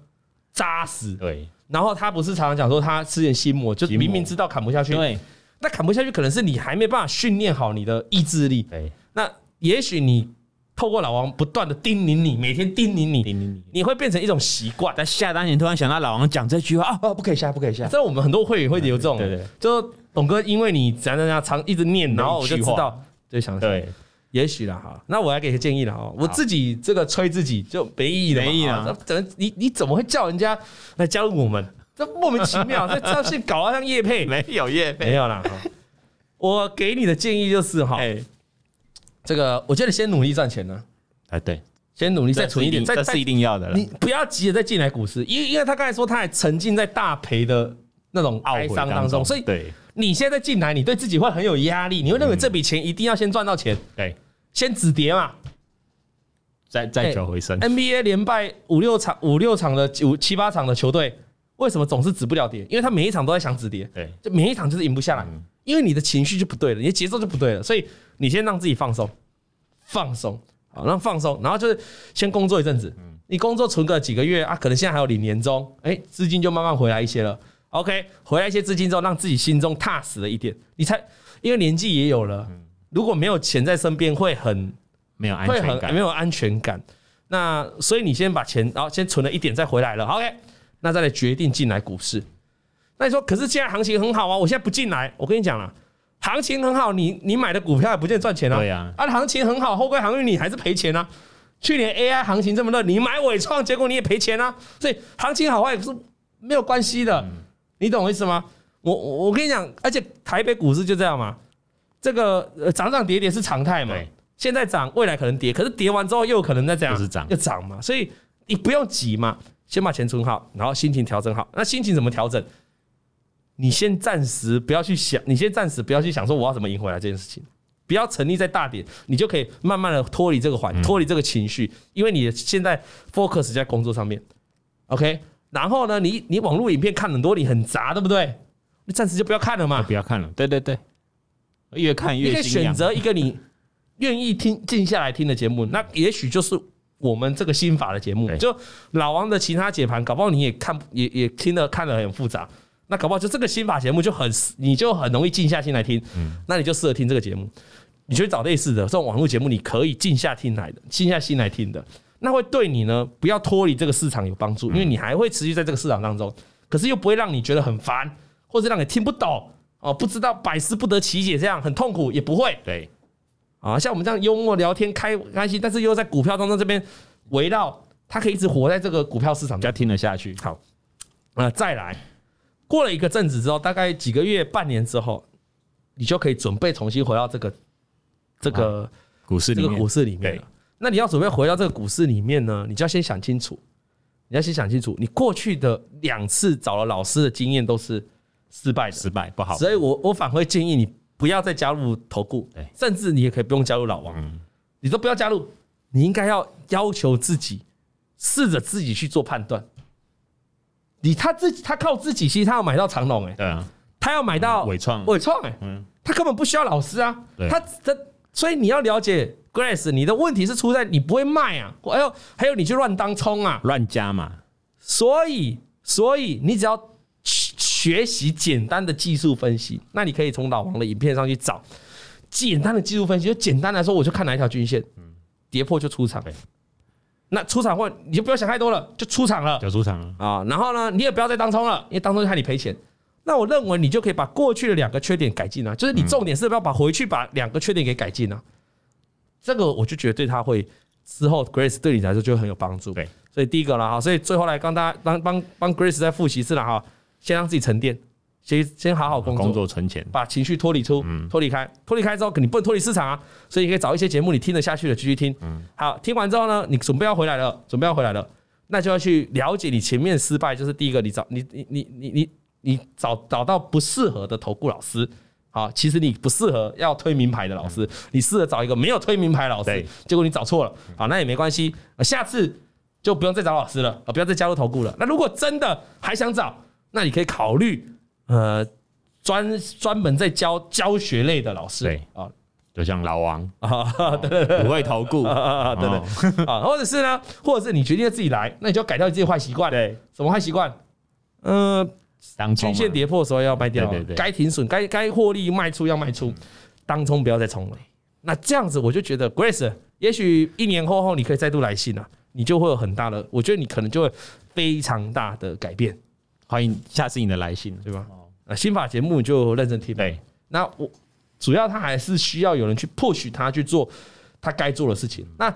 Speaker 2: 扎实。
Speaker 1: 对
Speaker 2: 然后他不是常常讲说他吃点心魔，就
Speaker 1: 心魔
Speaker 2: 明明知道砍不下去，
Speaker 1: 对
Speaker 2: 那砍不下去可能是你还没办法训练好你的意志力。
Speaker 1: 对，
Speaker 2: 那也许你透过老王不断的叮咛你，每天叮咛你，
Speaker 1: 叮咛你。
Speaker 2: 你会变成一种习惯。
Speaker 1: 在下单前突然想到老王讲这句话啊，哦不可以下，不可以下。
Speaker 2: 这我们很多会员会有这种，
Speaker 1: 对对对
Speaker 2: 就董哥，因为你怎样怎样常一直念，然后我就知
Speaker 1: 一句
Speaker 2: 道
Speaker 1: 话，
Speaker 2: 就想
Speaker 1: 对，
Speaker 2: 也许啦哈。那我来给个建议了哈，我自己这个吹自己就没意义了嘛，
Speaker 1: 没意义啊
Speaker 2: 啊怎么你你怎么会叫人家来加入我们？这莫名其
Speaker 1: *laughs*
Speaker 2: 妙，这这是搞到像叶配
Speaker 1: 没有业
Speaker 2: 没，
Speaker 1: *laughs*
Speaker 2: 有啦。哈我给你的建议就是哈，
Speaker 1: 哎
Speaker 2: 这个我觉得先努力赚钱呢，
Speaker 1: 哎对，
Speaker 2: 先努力再
Speaker 1: 这
Speaker 2: 存一点，
Speaker 1: 是
Speaker 2: 再
Speaker 1: 这
Speaker 2: 再
Speaker 1: 是一定要的了
Speaker 2: 你。不要急着再进来股市，因因为他刚才说他还沉浸在大赔的那种哀
Speaker 1: 懊悔
Speaker 2: 伤当中，所以
Speaker 1: 对
Speaker 2: 你现在进来，你对自己会很有压力，你会认为
Speaker 1: 嗯
Speaker 2: 这笔钱一定要先赚到钱，
Speaker 1: 对，
Speaker 2: 先止跌嘛。
Speaker 1: 再再
Speaker 2: 哎
Speaker 1: 求回升，
Speaker 2: NBA 连败五六场，五六场的五七八场的球队，为什么总是止不了跌？因为他每一场都在想止跌，
Speaker 1: 对
Speaker 2: 就每一场就是赢不下来，因为你的情绪就不对了，你的节奏就不对了，所以你先让自己放松，放松，好，让放松，然后就是先工作一阵子，你工作存个几个月啊，可能现在还有领年终，哎，资金就慢慢回来一些了。OK，回来一些资金之后，让自己心中踏实了一点，你才因为年纪也有了，如果没有钱在身边，会很
Speaker 1: 没有安
Speaker 2: 会
Speaker 1: 全
Speaker 2: 很没
Speaker 1: 感，
Speaker 2: 有安全感。那所以你先把钱，然后先存了一点再回来了。OK，那再来决定进来股市。那你说，可是现在行情很好啊，我现在不进来，我跟你讲了。行情很好，你你买的股票也不见得赚钱啊。
Speaker 1: 对啊
Speaker 2: 啊，行情很好，后贵航运你还是赔钱啊。去年 AI 行情这么热，你买伟创，结果你也赔钱啊。所以行情好坏也不是没有关系的，
Speaker 1: 嗯
Speaker 2: 你懂我意思吗？我我我跟你讲，而且台北股市就这样嘛，这个呃涨涨跌跌是常态嘛
Speaker 1: 对。
Speaker 2: 现在涨，未来可能跌，可是跌完之后又有可能再这样，
Speaker 1: 又是涨
Speaker 2: 又涨嘛。所以你不用急嘛，先把钱存好，然后心情调整好。那心情怎么调整？你先暂时不要去想，你先暂时不要去想说我要怎么赢回来这件事情，不要沉溺在大点，你就可以慢慢的脱离这个
Speaker 1: 嗯
Speaker 2: 环，脱离这个情绪，因为你现在 focus 在工作上面，OK。然后呢，你你网络影片看很多，你很杂，对不对？你暂时就不要看了嘛
Speaker 1: 不，要看了，对对对，越看
Speaker 2: 你可
Speaker 1: 越
Speaker 2: 以
Speaker 1: 心
Speaker 2: 选
Speaker 1: 痒。
Speaker 2: 择一个
Speaker 1: *laughs*
Speaker 2: 你愿意听静下来听的节目，那也许就是我们这个心法的节目
Speaker 1: 对。
Speaker 2: 就老王的其他解盘，搞不好你也看也也听了看了很复杂，那搞不好就这个心法节目就很你就很容易静下心来听，
Speaker 1: 嗯
Speaker 2: 那你就适合听这个节目。你去找类似的这种网络节目，你可以静下听来的，静下心来听的，那会对你呢不要脱离这个市场有帮助，因为你还会持续在这个市场当中，可是又不会让你觉得很烦，或者让你听不懂哦，不知道百思不得其解，这样很痛苦也不会
Speaker 1: 对，
Speaker 2: 啊。像我们这样幽默聊天开开心，但是又在股票当中这边围绕，它可以一直活在这个股票市场
Speaker 1: 比较听得下去。
Speaker 2: 好，呃，再来，过了一个阵子之后，大概几个月、半年之后，你就可以准备重新回到这个这个。
Speaker 1: 股啊市
Speaker 2: 这
Speaker 1: 里
Speaker 2: 个
Speaker 1: 面，
Speaker 2: 股市里面
Speaker 1: 对
Speaker 2: 了。那你要准备回到这个股市里面呢，你就要先想清楚，你要先想清楚，你过去的两次找了老师的经验都是失败的，
Speaker 1: 失败不好，
Speaker 2: 所以我我反而会建议你不要再加入投顾
Speaker 1: 对，
Speaker 2: 甚至你也可以不用加入老王，
Speaker 1: 嗯
Speaker 2: 你都不要加入，你应该要要求自己，试着自己去做判断。你他自己他靠自己，其实他要买到长隆哎、
Speaker 1: 对啊，
Speaker 2: 他要买到
Speaker 1: 嗯伟创
Speaker 2: 伟创哎、
Speaker 1: 嗯
Speaker 2: 他根本不需要老师啊
Speaker 1: 对，
Speaker 2: 他他所以你要了解 Grace，你的问题是出在你不会卖啊，还有还有你去乱当冲啊，
Speaker 1: 乱加嘛，
Speaker 2: 所以所以你只要学学习简单的技术分析，那你可以从老王的影片上去找简单的技术分析，就简单来说，我就看哪一条均线，跌破就出场
Speaker 1: 对。
Speaker 2: 那出场后你就不要想太多了，就出场了。
Speaker 1: 小出场了，
Speaker 2: 啊，然后呢，你也不要再当冲了，因为当冲就害你赔钱。那我认为你就可以把过去的两个缺点改进啊，就是你重点是不要把回去把两个缺点给改进啊。这个我就觉得对他会之后 Grace 对你来说就会很有帮助。
Speaker 1: 对，
Speaker 2: 所以第一个了哈，所以最后来帮大家帮帮帮 Grace 再复习一次了哈，先让自己沉淀，先先好好工作，
Speaker 1: 工作存钱，
Speaker 2: 把情绪脱离出，脱离开，脱离开之后，你不能脱离市场啊，所以你可以找一些节目你听得下去的继续听。好，听完之后呢，你准备要回来了，准备要回来了，那就要去了解你前面失败，就是第一个，你找你你你你你你找找到不适合的投顾老师。好，其实你不适合要推名牌的老师，你适合找一个没有推名牌的老师
Speaker 1: 对，
Speaker 2: 结果你找错了，好，那也没关系，呃下次就不用再找老师了，啊，不要再加入投顾了。那如果真的还想找，那你可以考虑，呃，专专门在教教学类的老师，
Speaker 1: 对
Speaker 2: 啊
Speaker 1: 就像老王
Speaker 2: *laughs* 啊，对对
Speaker 1: 不会投顾，
Speaker 2: 啊，对
Speaker 1: 哦
Speaker 2: 对啊，或者是呢，或者是你决定要自己来，那你就要改掉你自己的坏习惯。
Speaker 1: 对，
Speaker 2: 什么坏习惯？嗯，
Speaker 1: 当冲
Speaker 2: 均
Speaker 1: 嘛
Speaker 2: 线跌破的时候要卖掉
Speaker 1: 对对，对
Speaker 2: 该停损，该该获利卖出要卖出，当冲不要再冲了。那这样子，我就觉得 Grace，也许一年后后你可以再度来信了、你就会有很大的，我觉得你可能就会非常大的改变，
Speaker 1: 欢迎下次你的来信，
Speaker 2: 对吧？啊，新法节目就认真听吧。
Speaker 1: 对，
Speaker 2: 那我主要他还是需要有人去 push 他去做他该做的事情。那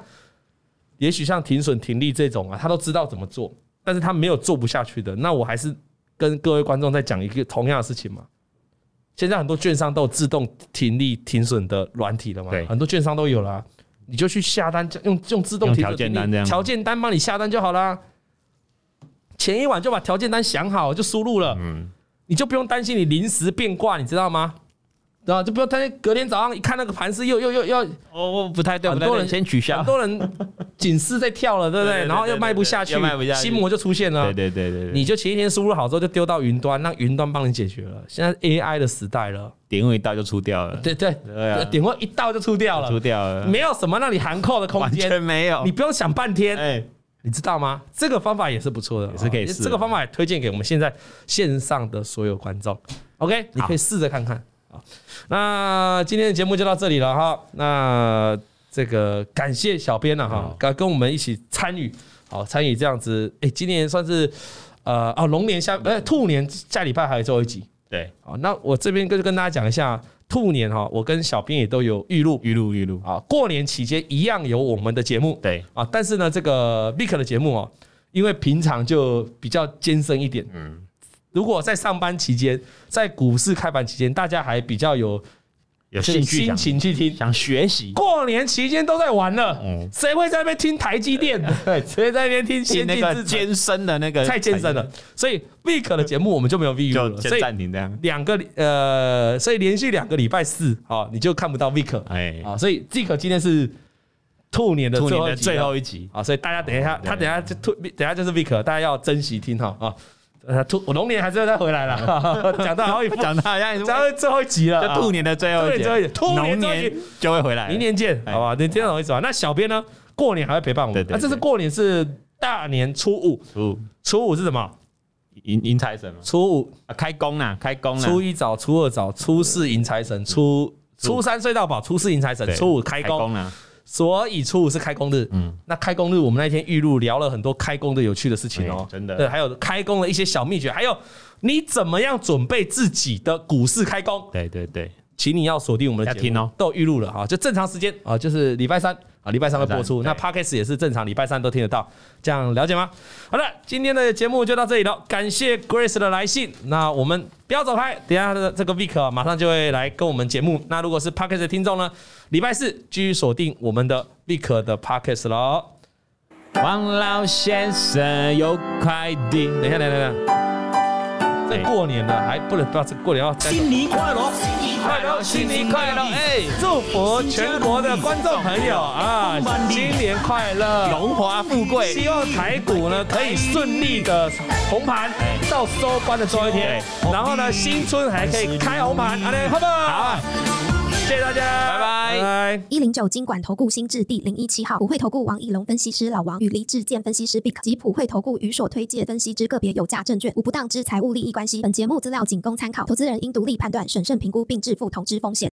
Speaker 2: 也许像停损停利这种啊，他都知道怎么做，但是他没有做不下去的。那我还是跟各位观众在讲一个同样的事情嘛。现在很多券商都有自动停利停损的软体了嘛
Speaker 1: 对，
Speaker 2: 很多券商都有啦、你就去下单，用用自动
Speaker 1: 用
Speaker 2: 停
Speaker 1: 条
Speaker 2: 损
Speaker 1: 件
Speaker 2: 停利
Speaker 1: 单这样
Speaker 2: 条件单帮你下单就好啦。前一晚就把条件单想好，就输入了。
Speaker 1: 嗯，
Speaker 2: 你就不用担心你临时变卦，你知道吗？对啊，就不用担心隔天早上一看那个盘势又又
Speaker 1: *laughs*
Speaker 2: 又又
Speaker 1: 哦，不太对，
Speaker 2: 很
Speaker 1: 不太
Speaker 2: 多
Speaker 1: 对
Speaker 2: 人
Speaker 1: 先取消
Speaker 2: 很，多人警示在跳了，对不
Speaker 1: 对对
Speaker 2: 对？
Speaker 1: 对
Speaker 2: 然后又卖不下去
Speaker 1: 又卖不下，去
Speaker 2: 心魔就出现了
Speaker 1: 对。对对对对，
Speaker 2: 你就前一天输入好之后就丢到云端，让云端帮你解决了。现在 AI 的时代了，
Speaker 1: 点位到就出掉了，
Speaker 2: 对对
Speaker 1: 对啊
Speaker 2: 点货一到就出掉
Speaker 1: 出
Speaker 2: 了，
Speaker 1: 掉了，
Speaker 2: 没有什么让你含扣的空 *laughs*
Speaker 1: 完
Speaker 2: 间
Speaker 1: 全，没有
Speaker 2: 你，不用想半天。
Speaker 1: 哎，
Speaker 2: 你知道吗？这个方法也是不错的，哦
Speaker 1: 也是可以试的
Speaker 2: 这个方法也推荐给我们现在线上的所有观众。OK，你可以试着看看好，那今天的节目就到这里了哈。那这个感谢小编了哈
Speaker 1: 好，
Speaker 2: 跟跟我们一起参与，好参与这样子，哎，今年算是呃哦，龙年下呃兔年下礼拜还有最后一集。
Speaker 1: 对，
Speaker 2: 好，那我这边跟跟大家讲一下，兔年哈，我跟小编也都有预录
Speaker 1: 预录预录，
Speaker 2: 啊，过年期间一样有我们的节目。
Speaker 1: 对，
Speaker 2: 啊，但是呢，这个 Vic 的节目哦，因为平常就比较艰深一点，嗯，如果在上班期间，在股市开盘期间，大家还比较有
Speaker 1: 有兴趣
Speaker 2: 心
Speaker 1: 想
Speaker 2: 情去听。
Speaker 1: 想学习，
Speaker 2: 过年期间都在玩了，谁会在那边听台积电？
Speaker 1: 嗯 *laughs* 对
Speaker 2: 谁在那边听
Speaker 1: 进
Speaker 2: 先进
Speaker 1: 那个
Speaker 2: 制程？
Speaker 1: 健身的那个
Speaker 2: 太艰深了，所以 Vic 的节目我们就没有 Vic
Speaker 1: 就
Speaker 2: 了，所
Speaker 1: 先
Speaker 2: 以
Speaker 1: 暂停这样。
Speaker 2: 两个礼呃，所以连续两个礼拜四啊，你就看不到 Vic
Speaker 1: 哎，
Speaker 2: 啊，所以 Vic 今天是兔年的
Speaker 1: 兔
Speaker 2: 最
Speaker 1: 年
Speaker 2: 后一
Speaker 1: 的 *laughs*
Speaker 2: 集
Speaker 1: 最
Speaker 2: 了
Speaker 1: 后一集，
Speaker 2: 啊，所以大家等一下，
Speaker 1: 对
Speaker 2: 他等一下就兔，等一下就是 Vic，大家要珍惜听哈啊。呃，兔我龙年还是要再回来 *laughs* 了，讲到好一
Speaker 1: 讲到好像
Speaker 2: 讲到最后一
Speaker 1: *laughs*
Speaker 2: 集了，
Speaker 1: 就兔年的最后一
Speaker 2: 对最后一
Speaker 1: 集，
Speaker 2: 集兔年
Speaker 1: 龙
Speaker 2: 最后一集
Speaker 1: 年就会回
Speaker 2: 啊，
Speaker 1: 来，
Speaker 2: 明年见，
Speaker 1: 哎
Speaker 2: 好吧？你听懂我意思吧？那小编呢，过年还会陪伴我
Speaker 1: 对
Speaker 2: 们，
Speaker 1: 对
Speaker 2: 那这次
Speaker 1: 对
Speaker 2: 过年是大年初五，
Speaker 1: 初
Speaker 2: 初五是什么？
Speaker 1: 迎迎财神嘛，
Speaker 2: 初五、
Speaker 1: 啊，开工啦，开工啦，
Speaker 2: 初一早、初二早、初四迎财神、初
Speaker 1: 初
Speaker 2: 初三睡到饱、初四迎财神
Speaker 1: 对，
Speaker 2: 初五开
Speaker 1: 开
Speaker 2: 工，
Speaker 1: 工啦，
Speaker 2: 所以初五是开工日。嗯，那开工日我们那天预录聊了很多开工的有趣的事情哦
Speaker 1: 哎，真的
Speaker 2: 对，还有开工的一些小秘诀，还有你怎么样准备自己的股市开工，
Speaker 1: 对对对，
Speaker 2: 请你要锁定我们的
Speaker 1: 要
Speaker 2: 节目
Speaker 1: 听哦，
Speaker 2: 都有预录了哈，就正常时间啊，就是礼拜三啊，礼拜三会播出。
Speaker 1: 礼
Speaker 2: 那
Speaker 1: 拜
Speaker 2: podcast 也是正常礼拜三都听得到，这样了解吗？好了，今天的节目就到这里了，感谢 Grace 的来信。那我们不要走开，等一下的这个 Vic 啊马上就会来跟我们节目。那如果是 podcast 的听众呢，礼拜四继续锁定我们的 Vic 的 podcast 喽。
Speaker 1: 王老先生有快递，
Speaker 2: 等一下，等一下，等一下，这过年了还不能不要这过年要加油
Speaker 3: 新年快乐，
Speaker 2: 快乐，新年快乐！哎、祝福全国的观众朋友啊，新年快乐！
Speaker 1: 荣华富贵，
Speaker 2: 希望台股呢可以顺利的红盘，到收官的最后一天，然后呢新春还可以开哎红盘，好嘞，好不好？谢谢大家，拜
Speaker 1: 拜
Speaker 2: 拜。
Speaker 4: 一零九金管投顾新置第零一七号，普惠投顾王以龙分析师，老王与黎志健分析师 Bic 及普惠投顾与所推介分析之个别有价证券无不当之财务利益关系。本节目资料仅供参考，投资人应独立判断、审慎评估并自负投资风险。